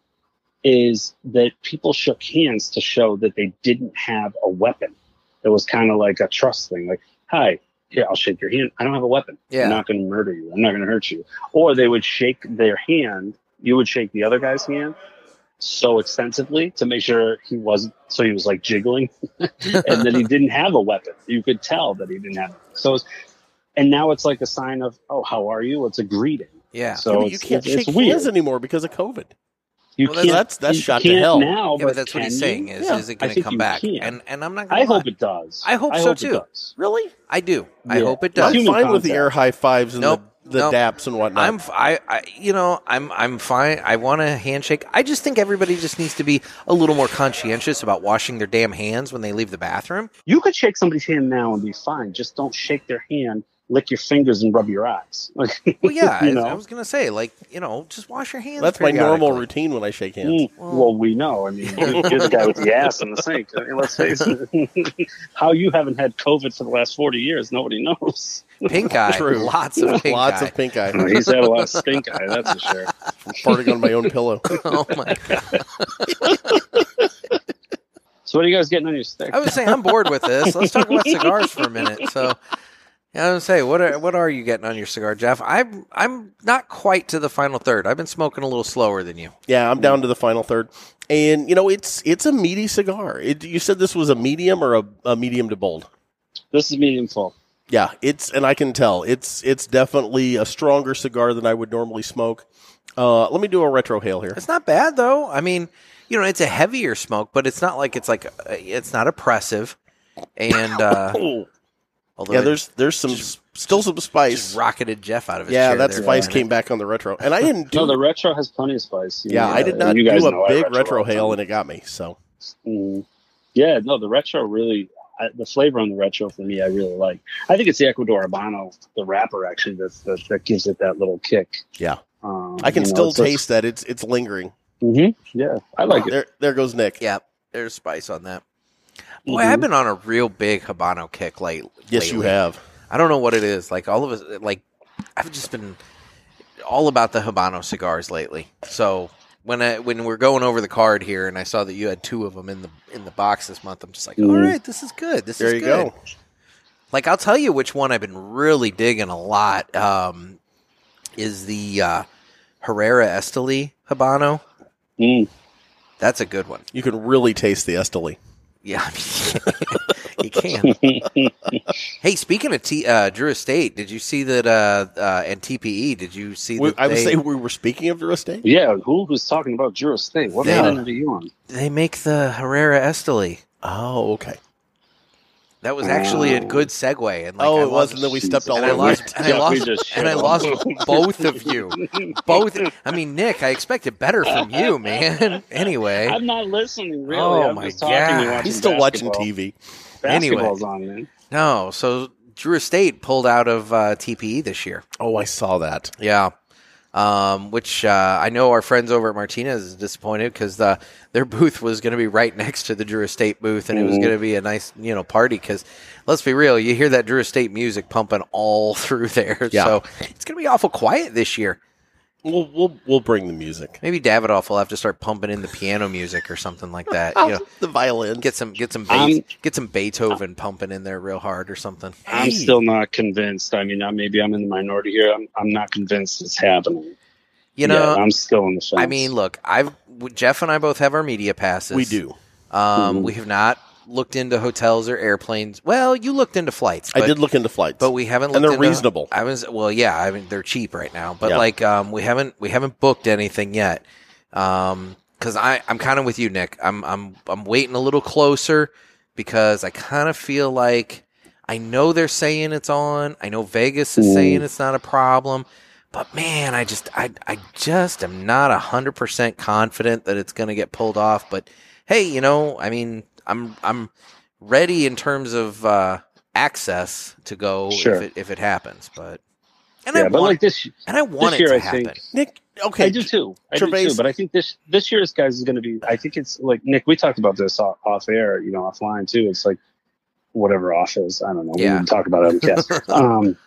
S4: is that people shook hands to show that they didn't have a weapon. It was kind of like a trust thing, like, hi, here, I'll shake your hand. I don't have a weapon.
S2: Yeah.
S4: I'm not going to murder you. I'm not going to hurt you. Or they would shake their hand. You would shake the other guy's hand so extensively to make sure he wasn't, so he was like jiggling and that he didn't have a weapon. You could tell that he didn't have it. So, it's, and now it's like a sign of, oh, how are you? It's a greeting.
S2: Yeah.
S1: Yeah,
S4: So
S1: but
S4: it's,
S1: you can't
S4: it's,
S1: shake
S4: it's weird.
S1: hands anymore because of COVID.
S4: You
S2: Well,
S4: can't.
S1: that's-
S2: that's-
S1: that's
S4: you
S1: shot to
S4: can't
S1: hell.
S4: Now,
S2: Yeah, but that's what he's
S4: can
S2: saying
S4: you?
S2: is,
S1: Yeah.
S2: is it
S4: I
S2: going to
S4: think
S2: come
S4: you
S2: back?
S4: can.
S2: And and I'm not. Gonna
S4: I hope
S2: lie.
S4: it does.
S2: I hope so,
S4: it
S2: too.
S4: does.
S1: Really?
S2: I do. I
S4: Yeah.
S2: hope it
S4: Well,
S1: I'm
S2: does.
S1: fine
S4: human
S1: with the
S4: contact.
S1: air high fives and
S2: Nope,
S1: the, the
S2: nope.
S1: daps and whatnot.
S2: I'm f- I, I you know I'm I'm fine. I want a handshake. I just think everybody just needs to be a little more conscientious about washing their damn hands when they leave the bathroom.
S4: You could shake somebody's hand now and be fine. Just don't shake their hand, lick your fingers, and rub your eyes. Like,
S2: Well, yeah,
S4: you
S2: I-
S4: know.
S2: I, was gonna say like you know just wash your hands.
S1: that's my normal
S2: periodically.
S1: routine when I shake hands.
S4: Mm, well, we know. I mean, you're, you're the guy with the ass in the sink. I mean, let's face it. How you haven't had COVID for the last forty years, nobody knows.
S2: Pink eye.
S1: True.
S2: Lots of pink
S1: Lots
S2: eye.
S1: of pink eye.
S4: He's had a lot of stink eye, that's for sure.
S1: farting on my own pillow.
S2: oh my god!
S4: So, what are you guys getting on your stick?
S1: Oh.
S2: I was saying I'm bored with this. Let's talk about cigars for a minute. So. I was gonna say, what are what are you getting on your cigar, Jeff? I'm I'm not quite to the final third. I've been smoking a little slower than you.
S1: Yeah, I'm down to the final third, and you know it's it's a meaty cigar. It, you said this was a medium or a, a medium to bold.
S4: This is medium full.
S1: Yeah, it's and I can tell it's it's definitely a stronger cigar than I would normally smoke. Uh, let me do a retro hail here.
S2: It's not bad though. I mean, you know, it's a heavier smoke, but it's not like it's like uh, it's not oppressive. And uh,
S1: Oh,
S2: although
S1: yeah,
S2: it
S1: there's there's some s- still some spice.
S2: just rocketed Jeff out of his
S1: Yeah,
S2: chair
S1: that
S2: there.
S1: spice came back on the retro, and I didn't do.
S4: No, the retro has plenty of spice. You
S1: yeah,
S4: know,
S1: I did
S4: and
S1: not
S4: you guys
S1: do
S4: know
S1: a
S4: I
S1: big
S4: retro
S1: retro
S4: all the
S1: hail,
S4: time.
S1: and it got me. So
S4: Mm. Yeah, no, the retro really, I, the flavor on the retro for me, I really like. I think it's the Ecuador Habano, the wrapper actually, that, that, that gives it that little kick.
S1: Yeah.
S4: Um,
S1: I can
S4: you know,
S1: still
S4: it's just-
S1: taste that. It's it's lingering.
S4: Mhm. Yeah, I like it.
S1: There there goes Nick.
S2: Yeah, there's spice on that. Boy,
S4: Mhm.
S1: Mm-hmm.
S2: I've been on a real big habano kick late.
S1: Yes, you
S2: lately.
S1: have.
S2: I don't know what it is. Like all of us, like I've just been all about the habano cigars lately. So when I when we're going over the card here, and I saw that you had two of them in the in the box this month, I'm just like, all
S4: Mhm.
S2: right, this is good. This is
S1: Mm-hmm. There you
S2: good.
S1: go.
S2: Like I'll tell you which one I've been really digging a lot um, is the uh, Herrera Esteli Habano.
S4: Mm.
S2: That's a good one.
S1: You can really taste the Esteli.
S2: Yeah, I mean, you can. hey, speaking of T, uh, Drew Estate, did you see that? Uh, uh, and TPE, did you see
S1: We,
S2: that
S1: I would
S2: they,
S1: say we were speaking of real estate.
S4: Yeah, who was talking about Juro State? What
S2: Yeah.
S4: planet are you on?
S2: they make the Herrera Esteli?
S1: Oh, okay.
S2: That was actually a
S4: Oh.
S2: good segue. And like,
S1: oh,
S2: I
S1: it
S2: lost-
S1: was, and then we
S4: Jesus.
S1: stepped all
S2: And I
S1: over.
S2: lost.
S1: it.
S2: And I
S4: Yeah, we
S2: lost.
S4: just
S2: And I
S4: shit
S2: lost
S4: on
S2: both of you. Both. I mean, Nick, I expected better from you, man. Anyway.
S4: I'm not listening, really.
S2: Oh,
S4: I'm
S2: my
S4: just talking and
S2: God.
S4: watching
S1: He's still watching
S4: basketball.
S1: TV.
S2: Anyway.
S4: Basketball's on, man.
S2: No, so Drew Estate pulled out of uh, TPE this year.
S1: Oh, I saw that.
S2: Yeah, um, which uh, I know our friends over at Martinez is disappointed because the, their booth was going to be right next to the Drew Estate booth, and it was going to be a nice you know party. Because let's be real, you hear that Drew Estate music pumping all through there,
S1: Yeah.
S2: so it's going to be awful quiet this year.
S1: We'll we'll we'll bring the music.
S2: Maybe Davidoff will have to start pumping in the piano music or something like that. You know,
S1: the violin.
S2: get some get some Be-
S4: I'm-
S2: get some Beethoven pumping in there real hard or something.
S4: I'm still not convinced. I mean, I- maybe I'm in the minority here. I'm, I'm not convinced it's happening.
S2: You know,
S4: yeah, I'm still on the fence.
S2: I mean, look, I've Jeff and I both have our media passes.
S1: we do.
S2: Um,
S1: Mm-hmm.
S2: We have not looked into hotels or airplanes. Well, you looked into flights. But,
S1: I did look into flights,
S2: but we haven't. Looked
S1: and they're
S2: into-
S1: reasonable.
S2: I was well, yeah. I mean, they're cheap right now, but
S1: Yeah.
S2: like, um, we haven't we haven't booked anything yet. Um, because I I'm kind of with you, Nick. I'm I'm I'm waiting a little closer because I kind of feel like I know they're saying it's on. I know Vegas is
S4: Mm.
S2: saying it's not a problem. But man, I just I I just am not hundred percent confident that it's gonna get pulled off. But hey, you know, I mean, I'm I'm ready in terms of uh, access to go if
S4: Sure.
S2: it if it happens. But and I
S4: yeah,
S2: want
S4: but like this,
S2: and I want
S4: this
S2: it
S4: year,
S2: to
S4: I
S2: happen.
S4: think-
S1: Nick. Okay,
S4: I do too. I
S1: Gervais-
S4: do too. But I think this this year's guys is going to be. I think it's like Nick. We talked about this off, off air, you know, offline too. It's like whatever off is. I don't know.
S2: Yeah.
S4: We didn't talk about it on the cast. um,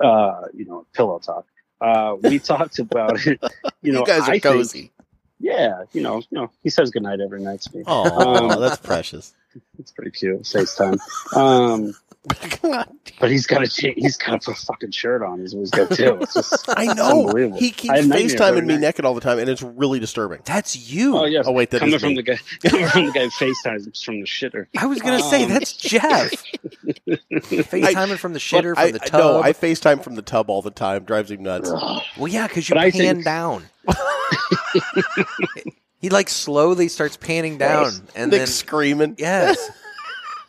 S4: uh, you know, pillow talk. Uh, we talked about it. You know,
S1: you guys
S4: I
S1: are
S4: think-
S1: cozy.
S4: yeah, you know, you know, he says goodnight every night to me.
S1: Oh,
S4: Um,
S1: that's precious.
S4: It's pretty cute. Saves time. Um, but he's got a cha- he's got a fucking shirt on. He's always got two. It's just,
S1: I
S4: it's
S1: know.
S4: unbelievable.
S1: He keeps
S4: I have nightmares every
S1: FaceTiming me
S4: night.
S1: naked all the time, and it's really disturbing.
S2: That's you.
S4: Oh yeah.
S1: Oh, wait, that
S4: coming
S1: is
S4: from
S1: me.
S4: the guy coming from the guy who FaceTimes from the shitter.
S2: I was gonna say
S4: Um,
S2: that's Jeff. Facetiming from the shitter
S1: I,
S2: from the
S1: I-
S2: tub.
S1: No, I FaceTime from the tub all the time. Drives him nuts.
S2: well, yeah, because you
S4: But I
S2: pan
S4: think-
S2: down. he like slowly starts panning down, and
S1: Nick
S2: then
S1: screaming.
S2: yes.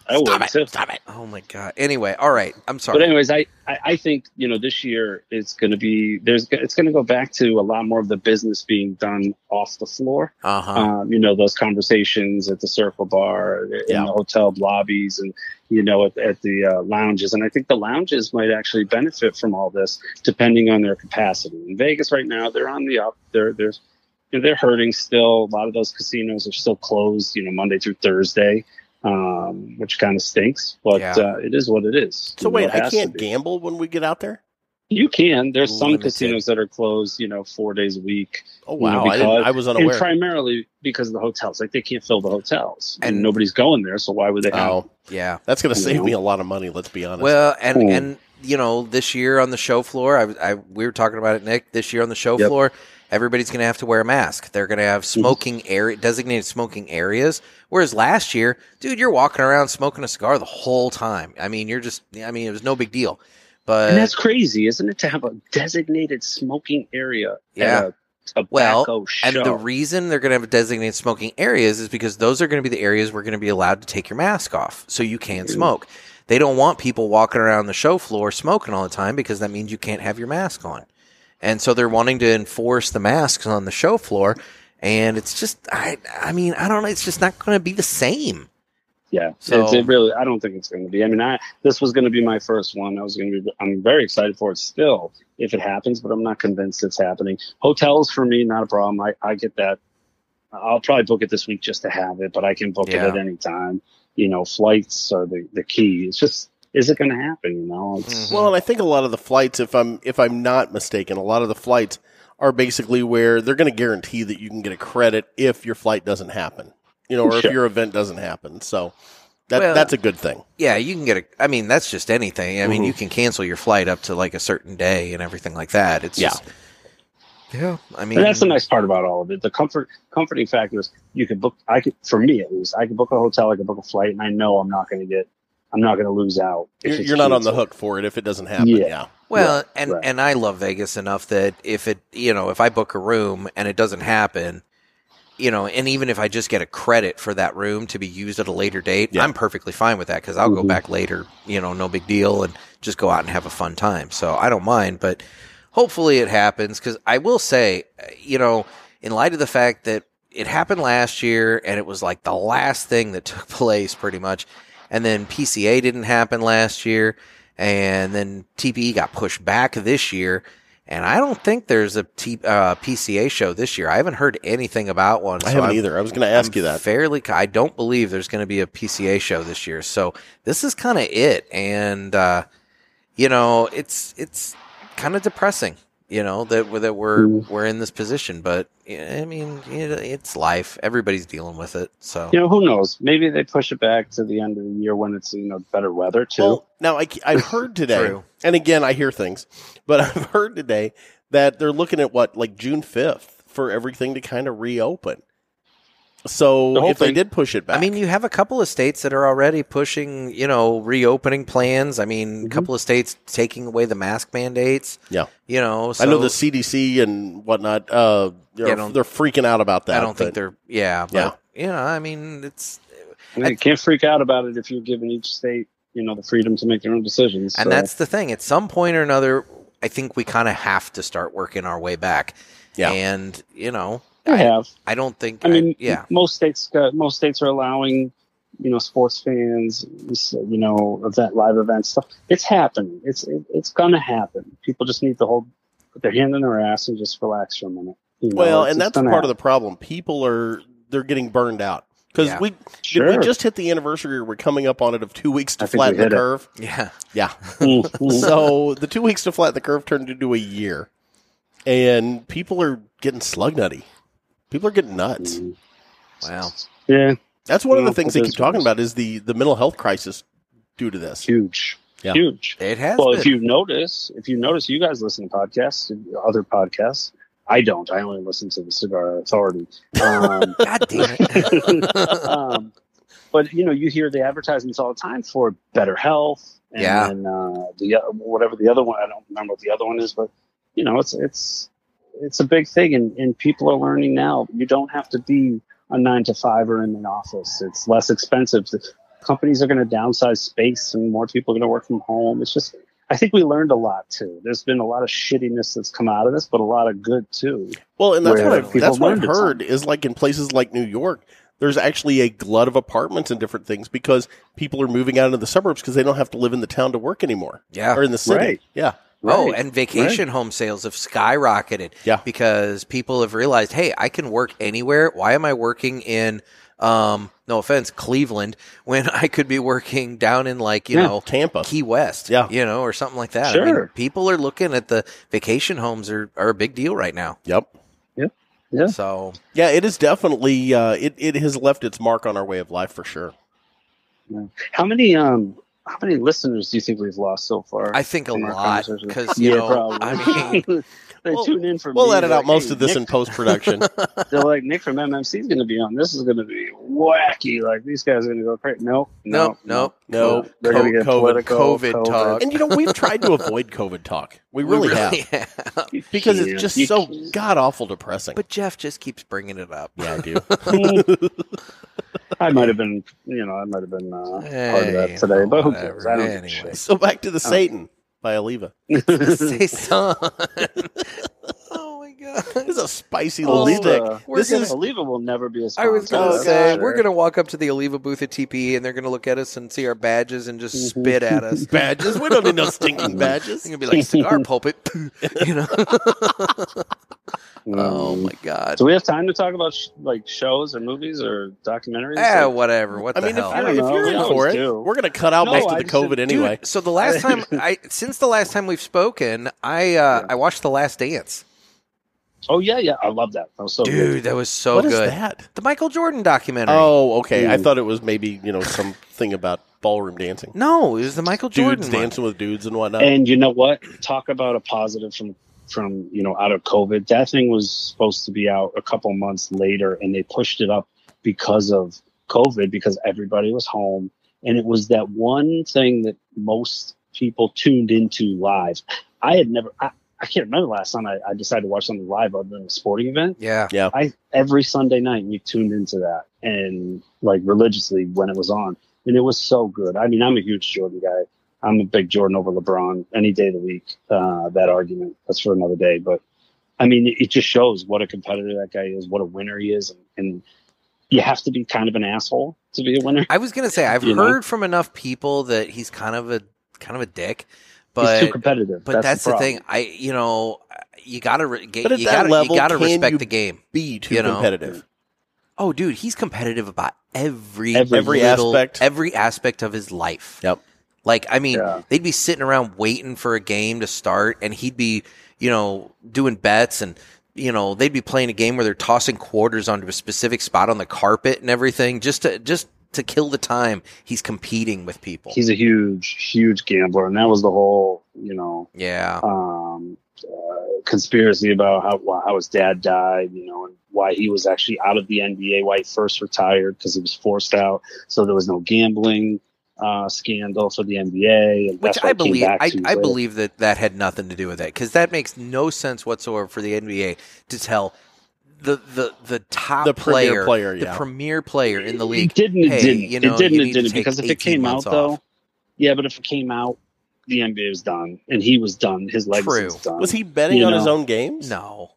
S4: I would too.
S2: it! Oh my god. Anyway, all right. I'm sorry.
S4: But anyways, I, I, I think you know this year it's going to be there's it's going to go back to a lot more of the business being done off the floor.
S2: uh huh.
S4: Um, you know those conversations at the Circle Bar, in
S1: Yeah.
S4: the hotel lobbies, and you know at, at the uh, lounges. And I think the lounges might actually benefit from all this, depending on their capacity. In Vegas right now, they're on the up. They're they're you know, they're hurting still. A lot of those casinos are still closed. You know Monday through Thursday. Um, which kind of stinks, but
S2: Yeah.
S4: uh, it is what it is.
S1: So
S4: You know,
S1: wait,
S4: it
S1: I
S4: has to
S1: can't
S4: be.
S1: gamble when we get out there.
S4: You can. There's some
S2: Limited.
S4: casinos that are closed, you know, four days a week,
S1: Oh
S4: You
S1: wow,
S4: know,
S1: I, didn't,
S4: because-
S1: I was
S4: and
S1: unaware.
S4: primarily because of the hotels. Like they can't fill the hotels, and,
S2: And-
S4: nobody's going there. So why would they? Have,
S1: oh,
S2: yeah.
S1: that's going to
S4: You
S1: save
S4: know.
S1: me a lot of money. Let's be honest.
S2: Well, and
S4: Oh, Cool.
S2: and you know, this year on the show floor, I, was- I we were talking about it, Nick. This year on the show
S4: Yep. Mm-hmm.
S2: floor, everybody's going to have to wear a mask. They're going to have smoking area designated smoking areas. Whereas last year, dude, you're walking around smoking a cigar the whole time. I mean, you're just. I mean, it was no big deal. But
S4: and that's crazy, isn't it? To have a designated smoking area
S2: Yeah.
S4: at a tobacco
S2: Well,
S4: show.
S2: And the reason they're going to have designated smoking areas is because those are going to be the areas we're going to be allowed to take your mask off so you can smoke. They don't want people walking around the show floor smoking all the time because that means you can't have your mask on. And so they're wanting to enforce the masks on the show floor. And it's just, I, I mean, I don't know. It's just not going to be the same.
S4: yeah,
S2: So-
S4: it's, it really. I don't think it's going to be. I mean, I this was going to be my first one. I was going to be. I'm very excited for it still if it happens, but I'm not convinced it's happening. Hotels for me, not a problem. I I get that. I'll probably book it this week just to have it, but I can book
S2: Yeah.
S4: it at any time. You know, flights are the the key. It's just is it going to happen? You know, it's,
S1: Well, and I think a lot of the flights, if I'm if I'm not mistaken, a lot of the flights are basically where they're going to guarantee that you can get a credit if your flight doesn't happen, you know, or
S4: Sure.
S1: if your event doesn't happen. So that
S2: Well-
S1: that's a good thing.
S2: Yeah, you can get a. I mean, that's just anything. I
S4: Mm-hmm.
S2: mean, you can cancel your flight up to like a certain day and everything like that. It's
S1: Yeah.
S2: just. Yeah. I mean,
S4: And that's the nice part about all of it. The comfort comforting factor is you could book I could for me at least, I could book a hotel, I could book a flight, and I know I'm not gonna get I'm not gonna lose out. if
S1: You're,
S4: it's
S1: you're not on the
S4: canceled.
S1: hook for it if it doesn't happen. Yeah,
S4: Yeah.
S2: Well, and
S4: right.
S2: and I love Vegas enough that if it, you know, if I book a room and it doesn't happen, you know, and even if I just get a credit for that room to be used at a later date,
S1: Yeah.
S2: I'm perfectly fine with that because I'll go
S4: Mhm.
S2: back later, you know, no big deal, and just go out and have a fun time. So I don't mind, but hopefully it happens because I will say, uh, you know, in light of the fact that it happened last year and it was like the last thing that took place pretty much, and then PCA didn't happen last year, and then TPE got pushed back this year. And I don't think there's a T, uh, PCA show this year. I haven't heard anything about one.
S1: I
S2: so
S1: haven't
S2: I'm-
S1: either. I was going to ask
S2: I'm
S1: you that.
S2: Fairly, co- I don't believe there's going to be a PCA show this year. So this is kind of it, and uh, you know, it's it's kind of depressing, you know, that we- that we're
S4: Mm.
S2: we're in this position. But yeah, I mean, it, it's life. Everybody's dealing with it. So
S4: You know, who knows? Maybe they push it back to the end of the year when it's you know better weather too.
S1: Well, now I, I heard today,
S2: True.
S1: and again I hear things, but I've heard today that they're looking at what like June fifth for everything to kind of reopen. So
S4: The whole
S1: if they
S4: thing-
S1: did push it back,
S2: I mean, you have a couple of states that are already pushing, you know, reopening plans. I mean, a couple of states taking away the mask mandates.
S1: Yeah.
S2: you know, so
S1: I know the CDC and whatnot. Uh, they're,
S2: Yeah, I don't-
S1: they're freaking out about that.
S2: I don't think
S1: but-
S2: they're. Yeah, but, yeah. You know, I mean, it's
S4: And you can't freak out about it if you're giving each state you know the freedom to make their own decisions.
S2: And
S4: So,
S2: that's the thing. At some point or another, I think we kind of have to start working our way back.
S1: Yeah.
S2: And, you know,
S4: I
S2: I,
S4: have.
S2: I don't think.
S4: I mean,
S2: yeah.
S4: most states got, most states are allowing you know sports fans, you know, event live event stuff. It's happening. It's it, it's gonna happen. People just need to hold put their hand in their ass and just relax for a minute. you know,
S1: well,
S4: it's-
S1: and
S4: it's
S1: that's
S4: gonna
S1: part of the
S4: happen.
S1: problem. People are they're getting burned out because
S2: Yeah.
S1: we did
S4: sure.
S1: we just hit the anniversary. or We're coming up on it of two weeks to
S4: I think we
S1: flatten the
S4: hit it.
S1: curve.
S2: Yeah.
S1: Yeah,
S4: Mm, mm.
S1: so the two weeks to flatten the curve turned into a year. and people are getting slug nutty. People are getting nuts.
S2: Wow.
S4: Mm-hmm. Yeah,
S1: That's one of the
S4: Yeah,
S1: things
S4: it
S1: they keep
S4: is.
S1: talking about is the the mental health crisis due to this.
S4: huge,
S1: Yeah.
S4: huge.
S2: It has
S4: Well,
S2: been.
S4: if you notice, if you notice, you guys listen to podcasts, other podcasts. I don't. I only listen to the Cigar Authority. Um,
S2: God damn it.
S4: um, but you know, you hear the advertisements all the time for better health, and
S2: Yeah.
S4: uh, the uh, whatever the other one. I don't remember what the other one is, but you know, it's it's it's a big thing, and, and people are learning now. You don't have to be a nine to five or in the office. It's less expensive. The companies are going to downsize space, and more people are going to work from home. It's just. I think we learned a lot too. There's been a lot of shittiness that's come out of this, but a lot of good too.
S1: Well, and that's
S4: Where
S1: what I've,
S4: people
S1: that's what I've
S4: learned it's
S1: heard is like in places like New York, there's actually a glut of apartments and different things because people are moving out into the suburbs because they don't have to live in the town to work anymore
S2: yeah.
S1: or in the city.
S4: Ah, Right.
S1: Yeah,
S2: Oh, and vacation home sales have skyrocketed.
S1: Yeah.
S2: Because people have realized, hey, I can work anywhere. Why am I working in um no offense, Cleveland, when I could be working down in like, you
S4: Yeah.
S2: know,
S1: Tampa.
S2: Key West.
S1: Yeah.
S2: You know, or something like that. I mean,
S4: Sure.
S2: people are looking at the vacation homes are, are a big deal right now.
S1: Yep.
S4: Yeah.
S2: So
S1: Yeah, it is definitely uh, it it has left its mark on our way of life for sure.
S4: How many um how many listeners do you think we've lost so far?
S2: I think a
S4: in our
S2: lot
S4: conversation?
S2: because you know I mean
S4: they
S2: Well,
S4: tune in for me,
S1: We'll edit
S4: they're
S1: out
S4: like,
S1: most
S4: "Hey,
S1: of this
S4: Nick,
S1: in post production.
S4: they're like Nick from MMC is going to be on. This is going to be wacky. Like these guys are going to go crazy. No,
S2: no,
S4: no,
S2: no,
S1: no.
S2: no.
S4: They're going to get
S1: COVID-
S4: political.
S2: COVID talk.
S1: and you know we've tried to avoid COVID talk. We really, have
S2: have.
S4: You
S1: because
S4: can't.
S1: it's just
S4: You
S1: so
S4: can't.
S1: god awful depressing.
S2: But Jeff just keeps bringing it up.
S1: yeah, I do.
S4: I might have been, you know, I might have been uh, part of
S2: Hey,
S4: that today, but who
S2: whatever.
S4: cares? I don't give a
S2: Anyway.
S4: shit.
S1: so back to the Satan by Aliva.
S2: Say son. oh my god.
S1: This is a spicy
S4: Oh,
S1: little stick.
S4: uh,
S2: we're
S1: this
S2: gonna-
S1: is
S4: Oliva will never be a
S2: I
S4: sponsor.
S2: was going to
S4: that's
S2: say
S4: for
S2: we're
S4: sure.
S2: going to walk up to the Oliva booth at TPE and they're going to look at us and see our badges and just
S1: Mm-hmm.
S4: Mhm.
S2: spit at us.
S1: badges. We don't need no stinking
S2: It's
S1: badges.
S2: going to be like cigar pulpit, you know. oh
S4: Um,
S2: my god.
S4: Do we have time to talk about sh- like shows or movies or documentaries?
S2: Ah,
S4: Like,
S2: whatever. What
S1: I
S2: the
S1: mean, if
S2: hell?
S1: you're,
S4: I
S1: if
S4: don't
S1: you're
S4: know.
S1: in
S4: We
S1: for it,
S4: always do.
S1: we're going to cut out
S4: No,
S1: most of
S4: I
S1: the
S4: just
S1: COVID
S4: didn't-
S1: anyway.
S2: Dude, so the last time I since the last time we've spoken, I uh, I watched The Last Dance.
S4: oh yeah, yeah, I love that. That was so good.
S2: Dude, that was so
S1: Oh, What is
S2: good.
S1: that?
S2: The Michael Jordan documentary.
S1: Oh, okay. I
S4: Ooh.
S1: thought it was maybe you know something about ballroom dancing,
S2: No, it was the Michael Jordan
S1: dudes
S2: one.
S1: dancing with dudes and whatnot.
S4: And you know what? Talk about a positive from from you know out of COVID. That thing was supposed to be out a couple months later, and they pushed it up because of COVID because everybody was home, and it was that one thing that most people tuned into live. I had never. I, I can't remember the last time I, I decided to watch something live other than a sporting event.
S2: Yeah.
S4: I every Sunday night we tuned into that and like religiously when it was on, and it was so good. I mean, I'm a huge Jordan guy. I'm a big Jordan over LeBron any day of the week. Uh, that argument that's for another day, but I mean, it, it just shows what a competitor that guy is, what a winner he is, and, and you have to be kind of an asshole to be a winner.
S2: I was gonna say I've
S4: You know?
S2: heard from enough people that he's kind of a kind of a dick,
S4: He's
S2: but
S4: too competitive.
S2: but that's, the,
S4: problem.
S2: thing. I you know you gotta re- ga-
S1: But at
S2: you
S1: that
S2: gotta
S1: level,
S2: you gotta
S1: can
S2: respect
S1: you-
S2: the game.
S1: Be too
S2: you know.
S1: competitive.
S2: Oh, dude, he's competitive about every
S4: Every-
S1: Every
S2: little-
S1: aspect.
S2: every aspect of his life.
S1: Yep.
S2: Like I mean,
S4: Yeah.
S2: they'd be sitting around waiting for a game to start, and he'd be you know doing bets and. You know, they'd be playing a game where they're tossing quarters onto a specific spot on the carpet and everything, just to just to kill the time. He's competing with people.
S4: He's a huge, huge gambler, and that was the whole you know
S2: yeah,
S4: um, uh, conspiracy about how, how his dad died, you know, and why he was actually out of the NBA, why he first retired because he was forced out. So there was no gambling uh, scandal for the NBA. And
S2: Which
S4: that's why
S2: I
S4: it came
S2: believe,
S4: back
S2: I,
S4: to
S2: I
S4: later.
S2: believe that that had nothing to do with it because that makes no sense whatsoever for the NBA to tell the the the top
S1: The premier
S2: player,
S1: player,
S2: the
S1: yeah.
S2: premier player in the
S4: It
S2: league.
S4: didn't,
S2: hey,
S4: it didn't,
S2: you know,
S4: it didn't,
S2: you
S4: it
S2: need to
S4: didn't,
S2: take
S4: because if it
S2: 18
S4: came out
S2: months off.
S4: though, yeah, but if it came out, the NBA was done, and he was done. His legs
S2: True.
S4: was done.
S1: Was he betting
S4: You
S1: on
S4: know.
S1: his own games?
S2: no,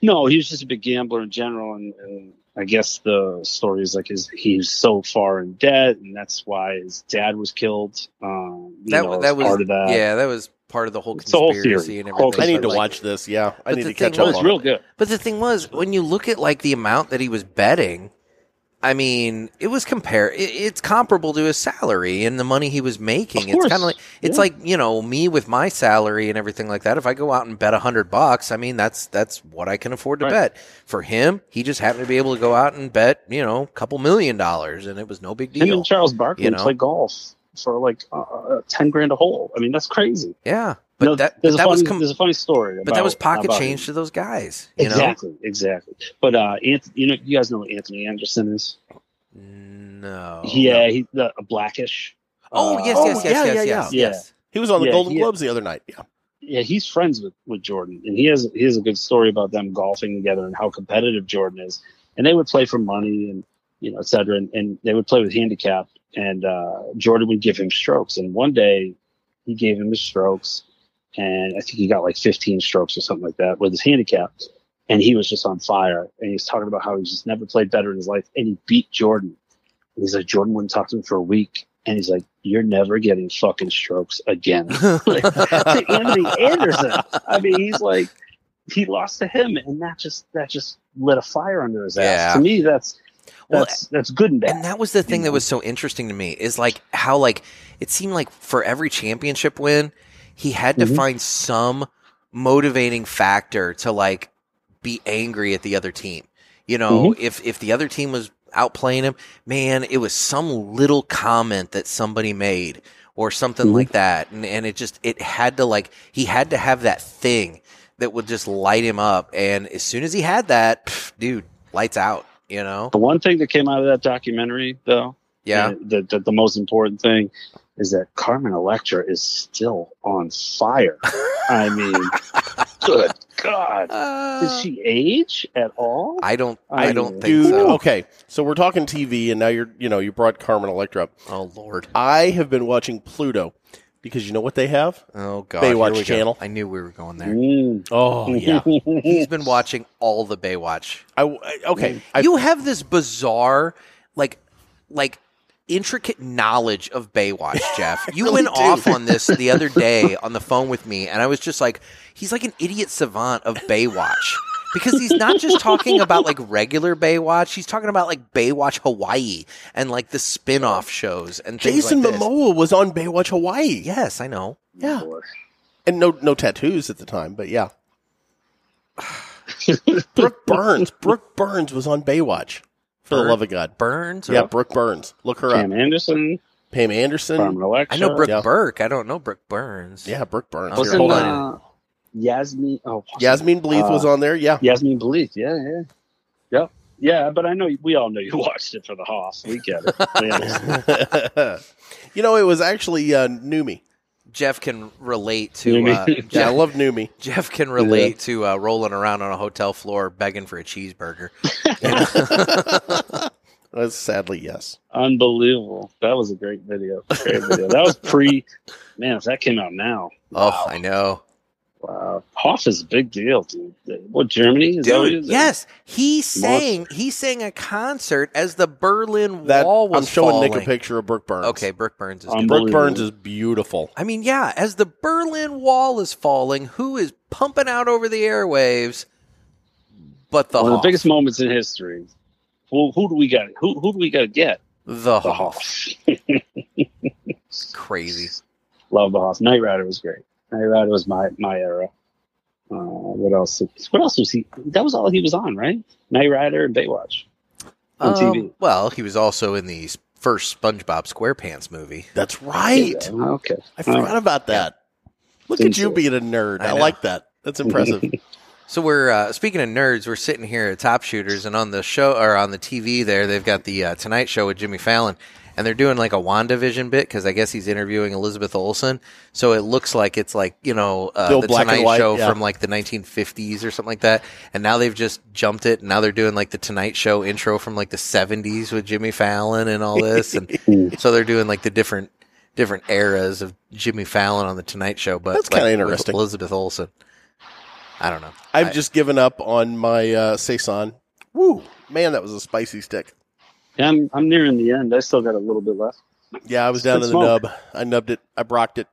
S4: No, he was just a big gambler in general, and, and I guess the story is like his he's so far in debt, and that's why his dad was killed. Um, you
S2: that
S4: know,
S2: that
S4: as
S2: was
S4: part of that.
S2: yeah, that was part of the whole
S4: It's the whole
S2: conspiracy
S4: theory.
S2: and
S4: Whole
S2: everything.
S1: I need
S2: but
S1: to
S4: Like-
S1: watch this. Yeah, I
S2: But
S1: need
S2: the
S1: to catch
S2: thing
S4: That
S1: up
S2: was,
S4: was
S1: on it.
S4: real good.
S2: But the thing was, when you look at like the amount that he was betting, I mean, it was compare. It, it's comparable to his salary and the money he was making.
S4: Of
S2: it's
S4: course.
S2: kind of like it's
S4: Yeah.
S2: like you know me with my salary and everything like that. If I go out and bet a hundred bucks, I mean that's that's what I can afford to
S4: Right.
S2: bet. For him, he just happened to be able to go out and bet you know a couple million dollars, and it was no big
S4: Him
S2: deal.
S4: and Charles Barkley
S2: you know?
S4: play golf for like uh, uh, ten grand a hole. I mean, that's crazy.
S2: yeah, but
S4: No,
S2: that
S4: there's
S2: but
S4: a
S2: that
S4: funny,
S2: was com-
S4: there's a funny story.
S2: but that
S4: about-
S2: was pocket
S4: about
S2: change
S4: him.
S2: to those guys. You
S4: exactly, exactly. But uh, Anthony, you know, you guys know what Anthony Anderson is.
S2: know, Oh, no,
S4: yeah, he's the a blackish.
S2: Oh
S4: Uh,
S2: yes,
S1: Oh,
S2: yes, yes,
S1: yeah,
S2: yes,
S1: yeah,
S2: yes,
S4: yeah.
S2: yes.
S1: He was on the
S4: Yeah,
S1: Golden
S4: he-
S1: Globes the other night. Yeah.
S4: yeah, he's friends with, with Jordan, and he has he has a good story about them golfing together and how competitive Jordan is. And they would play for money and you know et cetera, and, and they would play with handicap. And uh, Jordan would give him strokes, and one day he gave him his strokes, and I think he got like 15 strokes or something like that with his handicap. And he was just on fire, and he was talking about how he's just never played better in his life, and he beat Jordan. And he's like, Jordan wouldn't talk to him for a week, and he's like, "You're never getting fucking strokes again." Like, to Anthony Anderson. I mean, he's like he lost to him, and that just that just lit a fire under his ass.
S2: Yeah.
S4: To me, that's
S2: Well,
S4: that's that's good and bad.
S2: And that was the thing that was so interesting to me is like how like it seemed like for every championship win, he had to
S4: Mhm.
S2: find some motivating factor to like be angry at the other team. You know, if if the other team was outplaying him, man, it was some little comment that somebody made or something
S4: Mhm.
S2: like that. And and it just it had to like he had to have that thing that would just light him up. And as soon as he had that, pff, dude, lights out, you know?
S4: the one thing that came out of that documentary, though,
S2: Yeah.
S4: and the, the the most important thing is that Carmen Electra is still on fire. I mean, good
S2: Uh,
S4: God, did she age at all?
S2: I don't. I,
S4: I
S2: don't
S4: mean,
S2: think so.
S1: Okay, so we're talking TV, and now you're you know you brought Carmen Electra. up.
S2: Oh lord.
S1: I have been watching Pluto because you know what they have.
S2: Oh god.
S1: Baywatch
S2: Here we go.
S1: Channel.
S2: I knew we were going there.
S4: Mm.
S1: Oh
S2: He's been watching all the Baywatch.
S1: I, I- okay. I,
S2: you have this bizarre, like, like intricate knowledge of Baywatch, Jeff. You
S1: really
S2: went
S1: do.
S2: off on this the other day on the phone with me, and I was just like, he's like an idiot savant of Baywatch. Because he's not just talking about like regular Baywatch, he's talking about like Baywatch Hawaii and like the spin off shows and things
S1: Jason
S2: like this.
S1: Momoa was on Baywatch Hawaii.
S2: Yes, I know.
S1: Yeah. and no no tattoos at the time, but yeah. Brooke Burns. Brooke Burns was on Baywatch. For the
S2: Burn-
S1: love of God.
S2: Burns. or-
S1: Yeah, Brooke Burns. Look her
S4: Cam
S1: up.
S4: Anderson,
S1: Pam Anderson.
S4: Carmen Electra.
S2: I know Brooke
S1: Yeah.
S2: Burke. I don't know Brooke Burns.
S1: Yeah, Brooke Burns.
S2: Wasn't,
S1: Here, hold on.
S2: uh,
S4: Yasmin. Oh,
S1: Yasmin Bleeth was
S4: uh,
S1: on there. Yeah.
S4: Yasmin Bleeth. Yeah, yeah, yep, yeah. But I know we all know you watched it for the Hoss. We get it. We understand.
S1: you know, it was actually uh, Numi.
S2: Jeff can relate to.
S4: You
S2: Uh,
S4: mean-
S1: Yeah, I
S2: Jeff,
S1: love Numi.
S2: Jeff can relate to uh, rolling around on a hotel floor begging for a cheeseburger. oh,
S1: Uh, Sadly, yes.
S4: Unbelievable. That was a great video. Great video. That was pre. Man, if that came out now,
S2: Oh, I know,
S4: wow. Hoff is a big deal, dude. What Germany? Is that what it
S2: dude.
S4: is?
S2: Yes, he sang. He sang a concert as the Berlin
S1: That
S2: Wall
S1: I'm
S2: was
S1: showing
S2: falling.
S1: Nick a picture of Brooke Burns.
S2: Okay, Brooke Burns is.
S4: Um,
S2: good.
S1: Brooke Burns is beautiful.
S2: I mean, yeah, as the Berlin Wall is falling, who is pumping out over the airwaves? But the
S4: One of
S2: Hoff.
S4: the biggest moments in history. Who, who do we got? Who, who do we got to get?
S2: the
S4: The
S2: Hoff.
S4: Hoff.
S2: Crazy.
S4: Love the Hoff. Knight Rider was great. Knight Rider was my my era. Uh, what else? What else was he? That was all he was on, right? Knight Rider and Baywatch on TV.
S2: Um, well, he was also in the s- first SpongeBob SquarePants movie.
S1: That's right.
S4: Yeah, Okay.
S1: I forgot about that. Look at
S4: Didn't
S1: you
S4: you?
S1: being a nerd.
S2: I
S1: I
S2: know.
S1: like that. That's impressive.
S2: So we're uh, speaking of nerds. We're sitting here at Top Shooters, and on the show or on the TV there, they've got the uh, Tonight Show with Jimmy Fallon, and they're doing like a WandaVision bit because I guess he's interviewing Elizabeth Olsen. So it looks like it's like you know uh,
S1: Still
S2: the
S1: black and
S2: Tonight
S1: white,
S2: Show
S1: yeah.
S2: from like the 1950s or something like that. And now they've just jumped it, and now they're doing like the Tonight Show intro from like the 70s with Jimmy Fallon and all this, and so they're doing like the different different eras of Jimmy Fallon on the Tonight Show. But
S1: That's kinda
S2: like, with
S1: interesting.
S2: Elizabeth Olsen. I don't know.
S1: I've
S2: I-
S1: just given up on my uh, saison. Woo, man, that was a spicy stick.
S4: Yeah, I'm, I'm nearing the end. I still got a little bit left.
S1: Yeah, I was down
S4: Good
S1: in the
S4: smoke.
S1: nub. I nubbed it. I brocked it.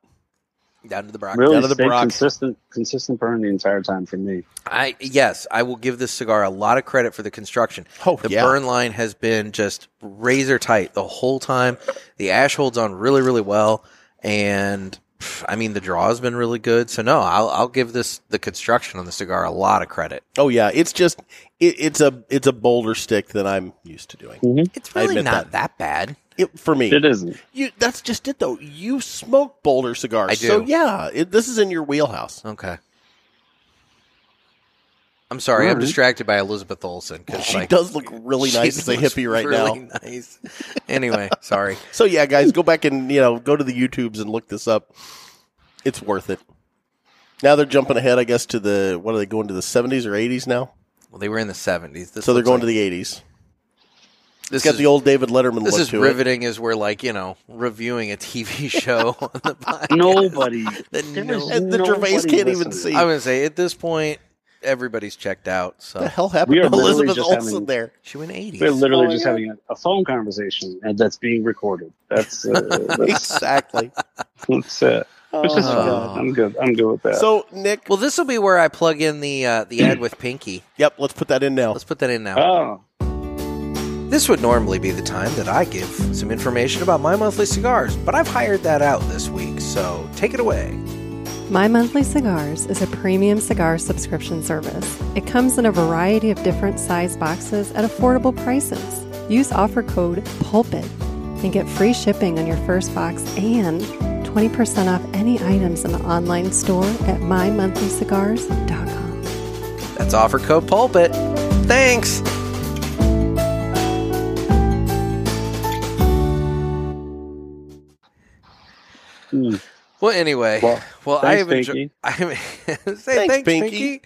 S2: Down to the Brock.
S4: Really,
S1: Down to the
S4: stay
S1: Brock.
S4: consistent, consistent burn the entire time for me.
S2: I yes, I will give this cigar a lot of credit for the construction.
S1: Oh,
S2: the
S1: yeah.
S2: burn line has been just razor tight the whole time. The ash holds on really, really well, and pff, I mean the draw has been really good. So no, I'll I'll give this the construction on the cigar a lot of credit.
S1: Oh yeah, it's just it, it's a it's a bolder stick than I'm used to doing.
S2: It's
S1: I
S2: really
S1: admit
S2: not that, bad.
S1: It, for me,
S4: It isn't.
S1: you that's just it though. You smoke bolder cigars,
S2: I do.
S1: so yeah, it, this is in your wheelhouse.
S2: Okay. I'm sorry, I'm
S4: Alright.
S2: distracted by Elizabeth Olsen because
S1: She does look really nice as a hippie right now.
S2: Nice. Anyway, sorry.
S1: So yeah, guys, go back and you know go to the YouTubes and look this up. It's worth it. Now they're jumping ahead, I guess, to the what are they going to the seventies or eighties now?
S2: Well, they were in the 70s. This
S1: So they're
S2: looks
S1: going
S2: like-
S1: to the eighties.
S2: This
S1: It's got
S2: is-
S1: the old David Letterman
S2: This
S1: look
S2: is
S1: to it.
S2: riveting, as we're like, you know, reviewing a TV show on the podcast.
S4: Nobody.
S2: That
S4: There
S2: no-
S4: is
S1: And the Gervais
S4: nobody
S1: can't even
S4: listening.
S1: see.
S2: I would say at this point, everybody's checked out.
S1: What the
S2: So
S1: hell happened
S4: We
S1: to
S4: are literally
S1: Elizabeth
S4: just
S1: Olsen
S4: having-
S1: there?
S2: she went
S4: We're
S2: 80s.
S4: literally
S1: Oh,
S4: just
S1: yeah.
S4: having a, a phone conversation and that's being recorded. That's, uh, that's,
S1: exactly. Uh-huh.
S4: that's it. Which is
S2: Oh.
S4: good. I'm good. I'm good with that.
S1: So Nick,
S2: Well, this will be where I plug in the uh, the ad with Pinky.
S1: yep, let's put that in now.
S2: Let's put that in now.
S4: oh,
S2: This would normally be the time that I give some information about my monthly cigars, but I've hired that out this week. So take it away.
S3: My Monthly Cigars is a premium cigar subscription service. It comes in a variety of different size boxes at affordable prices. Use offer code PULPIT and get free shipping on your first box and 20% off any items in the online store at mymonthlycigars.com.
S2: That's offer code pulpit. Thanks.
S4: Hmm.
S2: Well, anyway, well,
S4: Well,
S2: I
S4: thanks,
S2: have enjoyed.
S4: Pinky.
S2: I have, say thanks, Pinky.
S1: Pinky.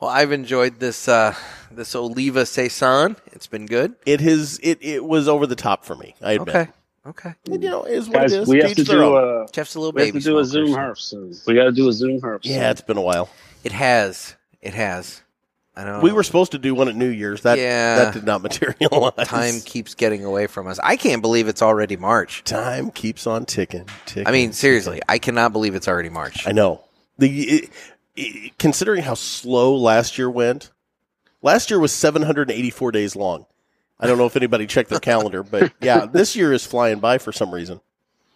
S2: Well, I've enjoyed this uh, this Oliva Saison. It's been good.
S1: It has it it was over the top for me. I admit.
S2: Okay, okay.
S1: And, you know, it is what
S4: guys,
S1: it is.
S4: we
S1: Teach
S4: have to
S1: their
S4: do
S1: own.
S4: a,
S2: Jeff's a little
S4: we have
S2: baby.
S4: to do a
S2: smoker,
S4: Zoom
S2: so-
S4: herp soon. We got to do a Zoom herp soon.
S1: yeah, it's been a while.
S2: It has. It has. I know.
S1: We were supposed to do one at New Year's. That
S2: Oh. Yeah.
S1: that did not materialize.
S2: Time keeps getting away from us. I can't believe it's already March.
S1: time keeps on ticking. ticking
S2: I mean, seriously,
S1: ticking.
S2: I cannot believe it's already March.
S1: I know the it, it- considering how slow last year went. Last year was 784 days long. I don't know if anybody checked their calendar, but yeah, this year is flying by for some reason.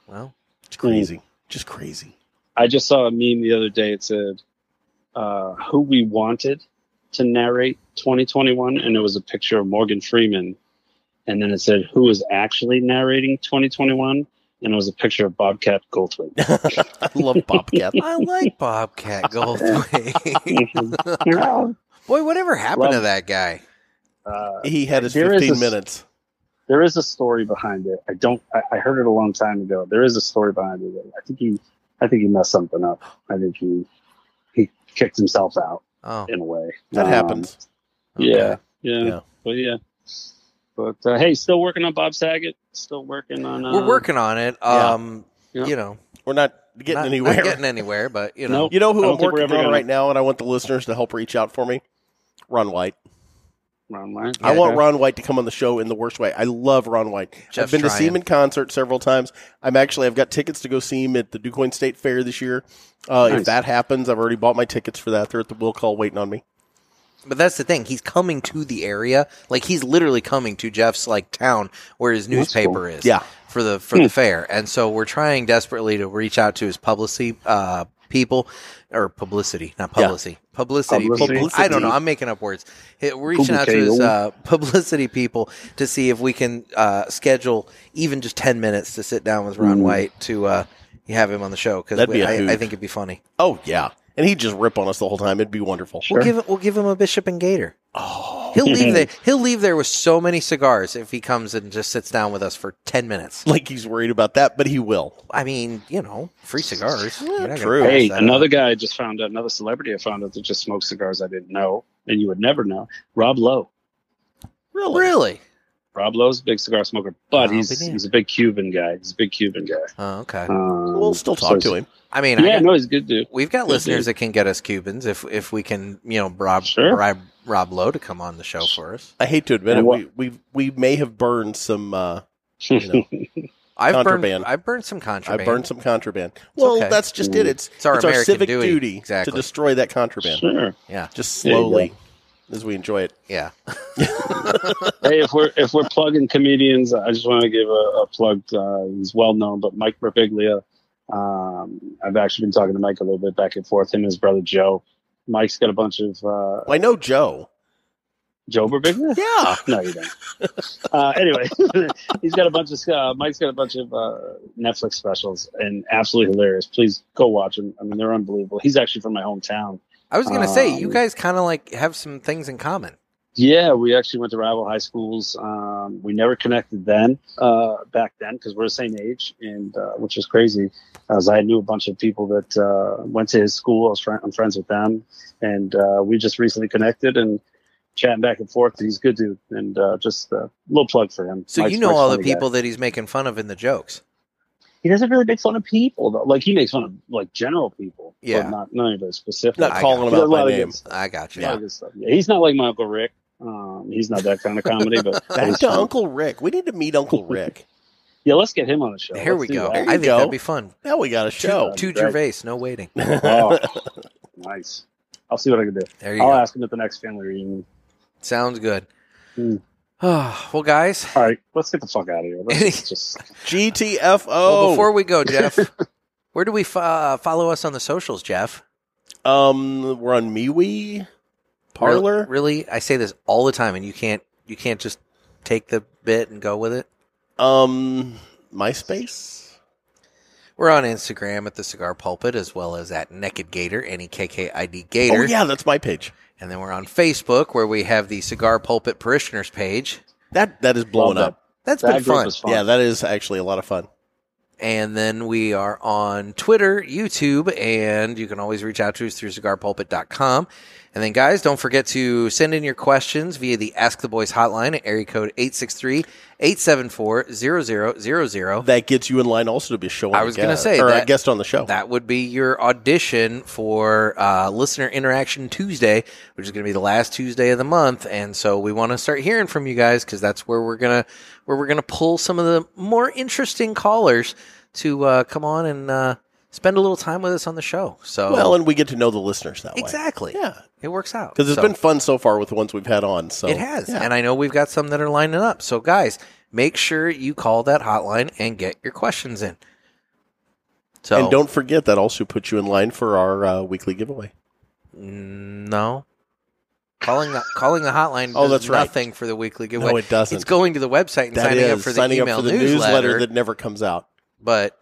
S2: Well,
S1: It's crazy, just crazy.
S4: I just saw a meme the other day. It said, uh, "Who we wanted to narrate 2021," and it was a picture of Morgan Freeman, and then it said, "Who is actually narrating 2021?" and it was a picture of Bobcat Goldthwait.
S1: I love Bobcat.
S2: I like Bobcat Goldthwait. Boy, whatever happened to
S4: Love-
S2: that guy?
S4: uh,
S1: He had his
S4: There is
S1: 15
S4: a-
S1: minutes.
S4: there is a story behind it. I don't. I, I heard it a long time ago. There is a story behind it. I think he. I think he messed something up. I think he. He kicked himself out
S2: Oh,
S4: in a way.
S1: That
S4: Um,
S1: happens.
S2: okay.
S4: Yeah, yeah,
S1: Yeah.
S4: But yeah. But uh, hey, still working on Bob Saget. Still working on. Uh,
S2: We're working on it.
S1: Yeah.
S2: Um,
S4: Yeah.
S2: you know,
S1: We're not getting
S2: not,
S1: anywhere.
S2: not getting anywhere, but you know,
S4: Nope.
S1: You know
S4: I
S1: who
S4: don't
S1: I'm
S4: think we're
S1: working
S4: ever
S1: on
S4: gonna-
S1: right now, and I want the listeners to help reach out for me. Ron White.
S4: Ron White.
S1: I want
S4: Okay.
S1: Ron White to come on the show in the worst way. I love Ron White.
S2: Jeff's
S1: I've been to see
S2: trying.
S1: him in concert several times. I'm actually I've got tickets to go see him at the DuQuoin State Fair this year. Uh, If
S4: Nice.
S1: that happens, I've already bought my tickets for that. They're at the will call waiting on me.
S2: but that's the thing. He's coming to the area, like he's literally coming to Jeff's like town where his newspaper is.
S1: Yeah.
S2: for the for the fair, and so we're trying desperately to reach out to his publicity uh, people or publicity, not
S1: Yeah.
S2: publicity, publicity,
S4: Publicity. oh.
S2: people. I don't know. I'm making up words. Hey, We're reaching out to his
S4: Publicato.
S2: uh, publicity people to see if we can uh, schedule even just ten minutes to sit down with Ron
S4: Ooh.
S2: White to uh, have him on the show because
S1: That'd be a
S2: I, I
S1: hoot.
S2: think it'd be funny.
S1: Oh yeah, and he'd just rip on us the whole time. It'd be wonderful.
S2: We'll give it, we'll give him a bishop and gator. Oh, he'll leave there. He'll leave there with so many cigars if he comes and just sits down with us for ten minutes.
S1: Like he's worried about that, but he will.
S2: I mean, you know, free cigars. You're not gonna
S1: true.
S2: pass
S4: Hey,
S2: that
S4: another
S2: up.
S4: guy I just found out, another celebrity I found out that just smokes cigars I didn't know, and you would never know. Rob Lowe.
S2: Really? Really?
S4: Rob Lowe's a big cigar smoker, but
S1: Oh,
S2: I'll
S4: he's
S2: be damned.
S4: he's a big Cuban guy. He's a big Cuban guy.
S2: Oh, okay.
S4: Um,
S1: We'll still talk to him.
S2: I mean, I
S4: Yeah,
S2: got-
S4: no, he's a good dude.
S2: we've got
S4: Yeah,
S2: listeners
S4: dude.
S2: that can get us Cubans if if we can, you know, Rob
S4: Sure.
S2: bribe Rob Lowe to come on the show for us.
S1: I hate to admit
S4: And
S1: it.
S4: what-
S1: We, we we may have burned some. Uh, you know,
S2: I've
S1: Contraband.
S2: burned. I've burned some
S1: I
S2: contraband.
S1: burned some contraband. Well,
S2: okay.
S1: that's just it. It's
S2: It's our American
S1: civic
S2: duty.
S1: duty,
S2: Exactly.
S1: to destroy that contraband.
S4: Sure.
S2: Yeah,
S1: Just
S4: There you go.
S1: slowly, as we enjoy it.
S2: yeah.
S4: hey, if we're if we're plugging comedians, I just want to give a, a plug. Uh, he's well known, but Mike Rapiglia. Um, I've actually been talking to Mike a little bit back and forth. Him and his brother Joe. Mike's got a bunch of uh,
S1: I know Joe.
S4: Joe Rapiglia.
S1: Yeah,
S4: No, you don't. uh, anyway, he's got a bunch of uh, Mike's got a bunch of uh, Netflix specials and absolutely hilarious. Please go watch them. I mean, they're unbelievable. He's actually from my hometown.
S2: I was gonna say you
S4: Um,
S2: guys kind of like have some things in common.
S4: Yeah, we actually went to rival high schools. Um, we never connected then, uh, back then, because we're the same age, and uh, which was crazy. As I knew a bunch of people that uh, went to his school. I was fri I'm friends with them, and uh, we just recently connected and chatting back and forth. He's a good dude, and uh, just a little plug for him.
S2: So you
S4: Mike's-
S2: know
S4: Mike's
S2: all the
S4: funny guy.
S2: people that he's making fun of in the jokes.
S4: he doesn't really make fun of people though. Like he makes fun of like general people,
S2: Yeah.
S4: but not not anybody specific.
S1: not
S2: I
S1: calling
S4: He
S1: him
S4: does a
S1: out
S4: lot
S1: by
S4: of
S1: name.
S4: good stuff.
S2: I got you.
S4: A lot of good stuff. Yeah, he's not like my uncle Rick. Um, he's not that kind of comedy, but but
S1: Back
S4: he's
S1: to
S4: fun.
S1: Uncle Rick. We need to meet Uncle Rick.
S4: Yeah, let's get him on the show.
S2: Here
S4: Let's
S2: we
S4: do
S2: go.
S4: that.
S1: There
S2: I
S1: you
S2: think that'd
S1: go.
S2: be fun.
S1: Now we got a show.
S2: To
S4: That'd be
S2: Gervais, no waiting.
S4: Oh, nice. I'll see what I can do.
S2: There you
S4: I'll
S2: go.
S4: ask him at the next family reunion.
S2: Sounds good.
S4: Hmm.
S2: well, guys.
S4: All right, let's get the fuck out of here. Let's just, just
S1: GTFO.
S2: Well, before we go, Jeff, where do we fo- uh, follow us on the socials, Jeff?
S1: um, we're on MeWe, Parlor.
S2: Really, really, I say this all the time, and you can't you can't just take the bit and go with it.
S1: Um, MySpace.
S2: We're on Instagram at the Cigar Pulpit as well as at Naked Gator, N E K K I D Gator.
S1: Oh yeah, that's my page.
S2: And then we're on Facebook where we have the Cigar Pulpit Parishioners page.
S1: That that is blowing
S4: Love that.
S1: up.
S2: That's
S4: that
S2: been
S4: group
S2: fun.
S4: is fun.
S1: Yeah, that is actually a lot of fun.
S2: And then we are on Twitter, YouTube, and you can always reach out to us through cigarpulpit.com. And then, guys, don't forget to send in your questions via the Ask the Boys hotline at area code 863 874 0000.
S1: That gets you in line also to be a show. on
S2: I
S1: the
S2: was gonna
S1: guest-
S2: say
S1: or a
S2: that-
S1: guest on the show.
S2: That would be your audition for uh, Listener Interaction Tuesday, which is going to be the last Tuesday of the month. And so we want to start hearing from you guys because that's where we're gonna where we're gonna pull some of the more interesting callers to uh, come on and uh, spend a little time with us on the show. So
S1: well, and we get to know the listeners that way.
S2: exactly,
S1: Yeah,
S2: it works out
S1: because it's
S2: So-
S1: been fun so far with the ones we've had on. So
S2: it has.
S1: yeah.
S2: And I know we've got some that are lining up. So, guys, make sure you call that hotline and get your questions in. So,
S1: And don't forget that also puts you in line for our uh, weekly giveaway.
S2: Mm, No. Calling the, calling the hotline
S1: Oh,
S2: does
S1: that's right.
S2: nothing for the weekly giveaway.
S1: No, it doesn't.
S2: It's going to the website and
S1: That
S2: signing up
S1: is
S2: for the
S1: signing
S2: email
S1: up for the
S2: newsletter,
S1: that never comes out.
S2: But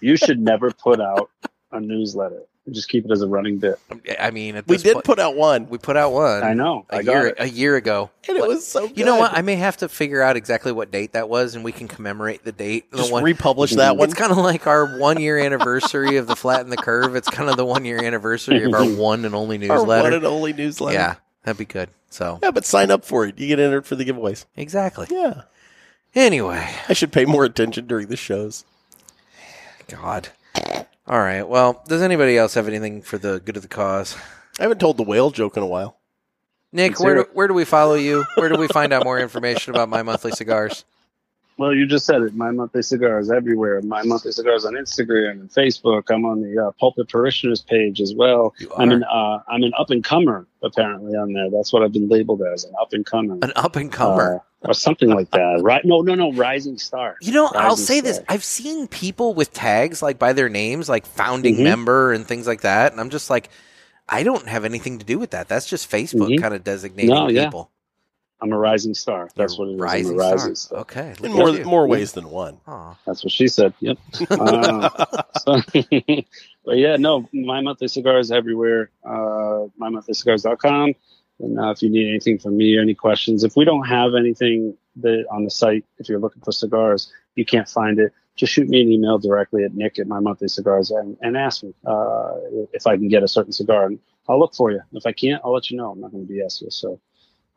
S4: You should never put out a newsletter. Just keep it as a running bit.
S2: I mean, at
S1: We
S2: this
S1: did
S2: point-
S1: put out one,
S2: we put out one.
S4: I know.
S2: a
S4: I got
S2: year
S4: it.
S2: a year ago.
S1: and it
S2: But-
S1: was so.
S2: You know what?
S1: good.
S2: I may have to figure out exactly what date that was, and we can commemorate the date. The
S1: just
S2: one
S1: republished that one.
S2: It's kind of like our one year anniversary of the flatten the curve. It's kind of the one year anniversary of our one and only
S1: Our one
S2: newsletter.
S1: and only newsletter.
S2: yeah, that'd be good. So
S1: yeah, but sign up for it. You get entered for the giveaways.
S2: exactly.
S1: Yeah,
S2: Anyway,
S1: I should pay more attention during the shows.
S2: God. All right. Well, does anybody else have anything for the good of the cause?
S1: I haven't told the whale joke in a while.
S2: Nick, where do, where do we follow you? Where do we find out more information about my monthly cigars?
S4: Well, you just said it. My Monthly Cigars everywhere. My Monthly Cigars on Instagram and Facebook. I'm on the uh, Pulpit Parishioners page as well.
S2: You
S4: I'm
S2: are.
S4: an uh, I'm an up and comer apparently on there. That's what I've been labeled as an up and comer,
S2: An up and comer.
S4: or something like that. Right? No, no, no. Rising star.
S2: You know, I'll
S4: Rising
S2: say this.
S4: star.
S2: I've seen people with tags like by their names, like founding
S4: Mhm.
S2: member and things like that, and I'm just like, I don't have anything to do with that. That's just Facebook
S4: Mhm.
S2: kind of designating
S4: No, yeah.
S2: people.
S4: I'm a rising star. That's
S2: You're
S4: what it is.
S2: Rising,
S4: I'm a
S2: star.
S4: rising star.
S2: Okay.
S1: in
S2: look
S1: more
S2: at you.
S1: more ways than one.
S2: Aw.
S4: That's what she said. Yep. Uh, so- but yeah, no, my monthly cigars everywhere. Uh, mymonthlycigars.com. And uh, if you need anything from me or any questions, if we don't have anything that on the site, if you're looking for cigars, you can't find it. Just shoot me an email directly at nick at my monthly cigars and, and ask me uh, if I can get a certain cigar. And I'll look for you. If I can't, I'll let you know. I'm not going to BS you. So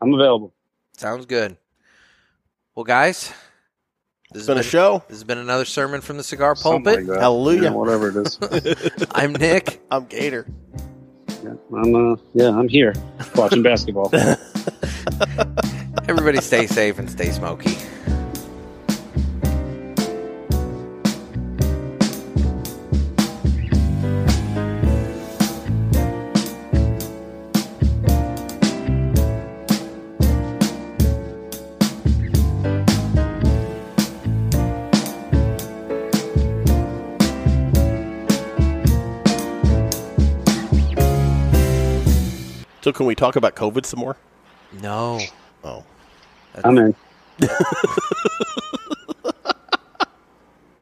S4: I'm available.
S2: Sounds good. Well, guys, this has
S1: It's been a show.
S2: This has been another sermon from the cigar
S4: Something
S2: pulpit.
S4: like that.
S1: Hallelujah.
S4: Yeah, whatever it is.
S2: I'm Nick.
S1: I'm Gator.
S4: Yeah, I'm uh, yeah, I'm here watching basketball.
S2: Everybody stay safe and stay smoky.
S1: So can we talk about Oh. COVID some more?
S4: No.
S1: Oh,
S9: I'm in.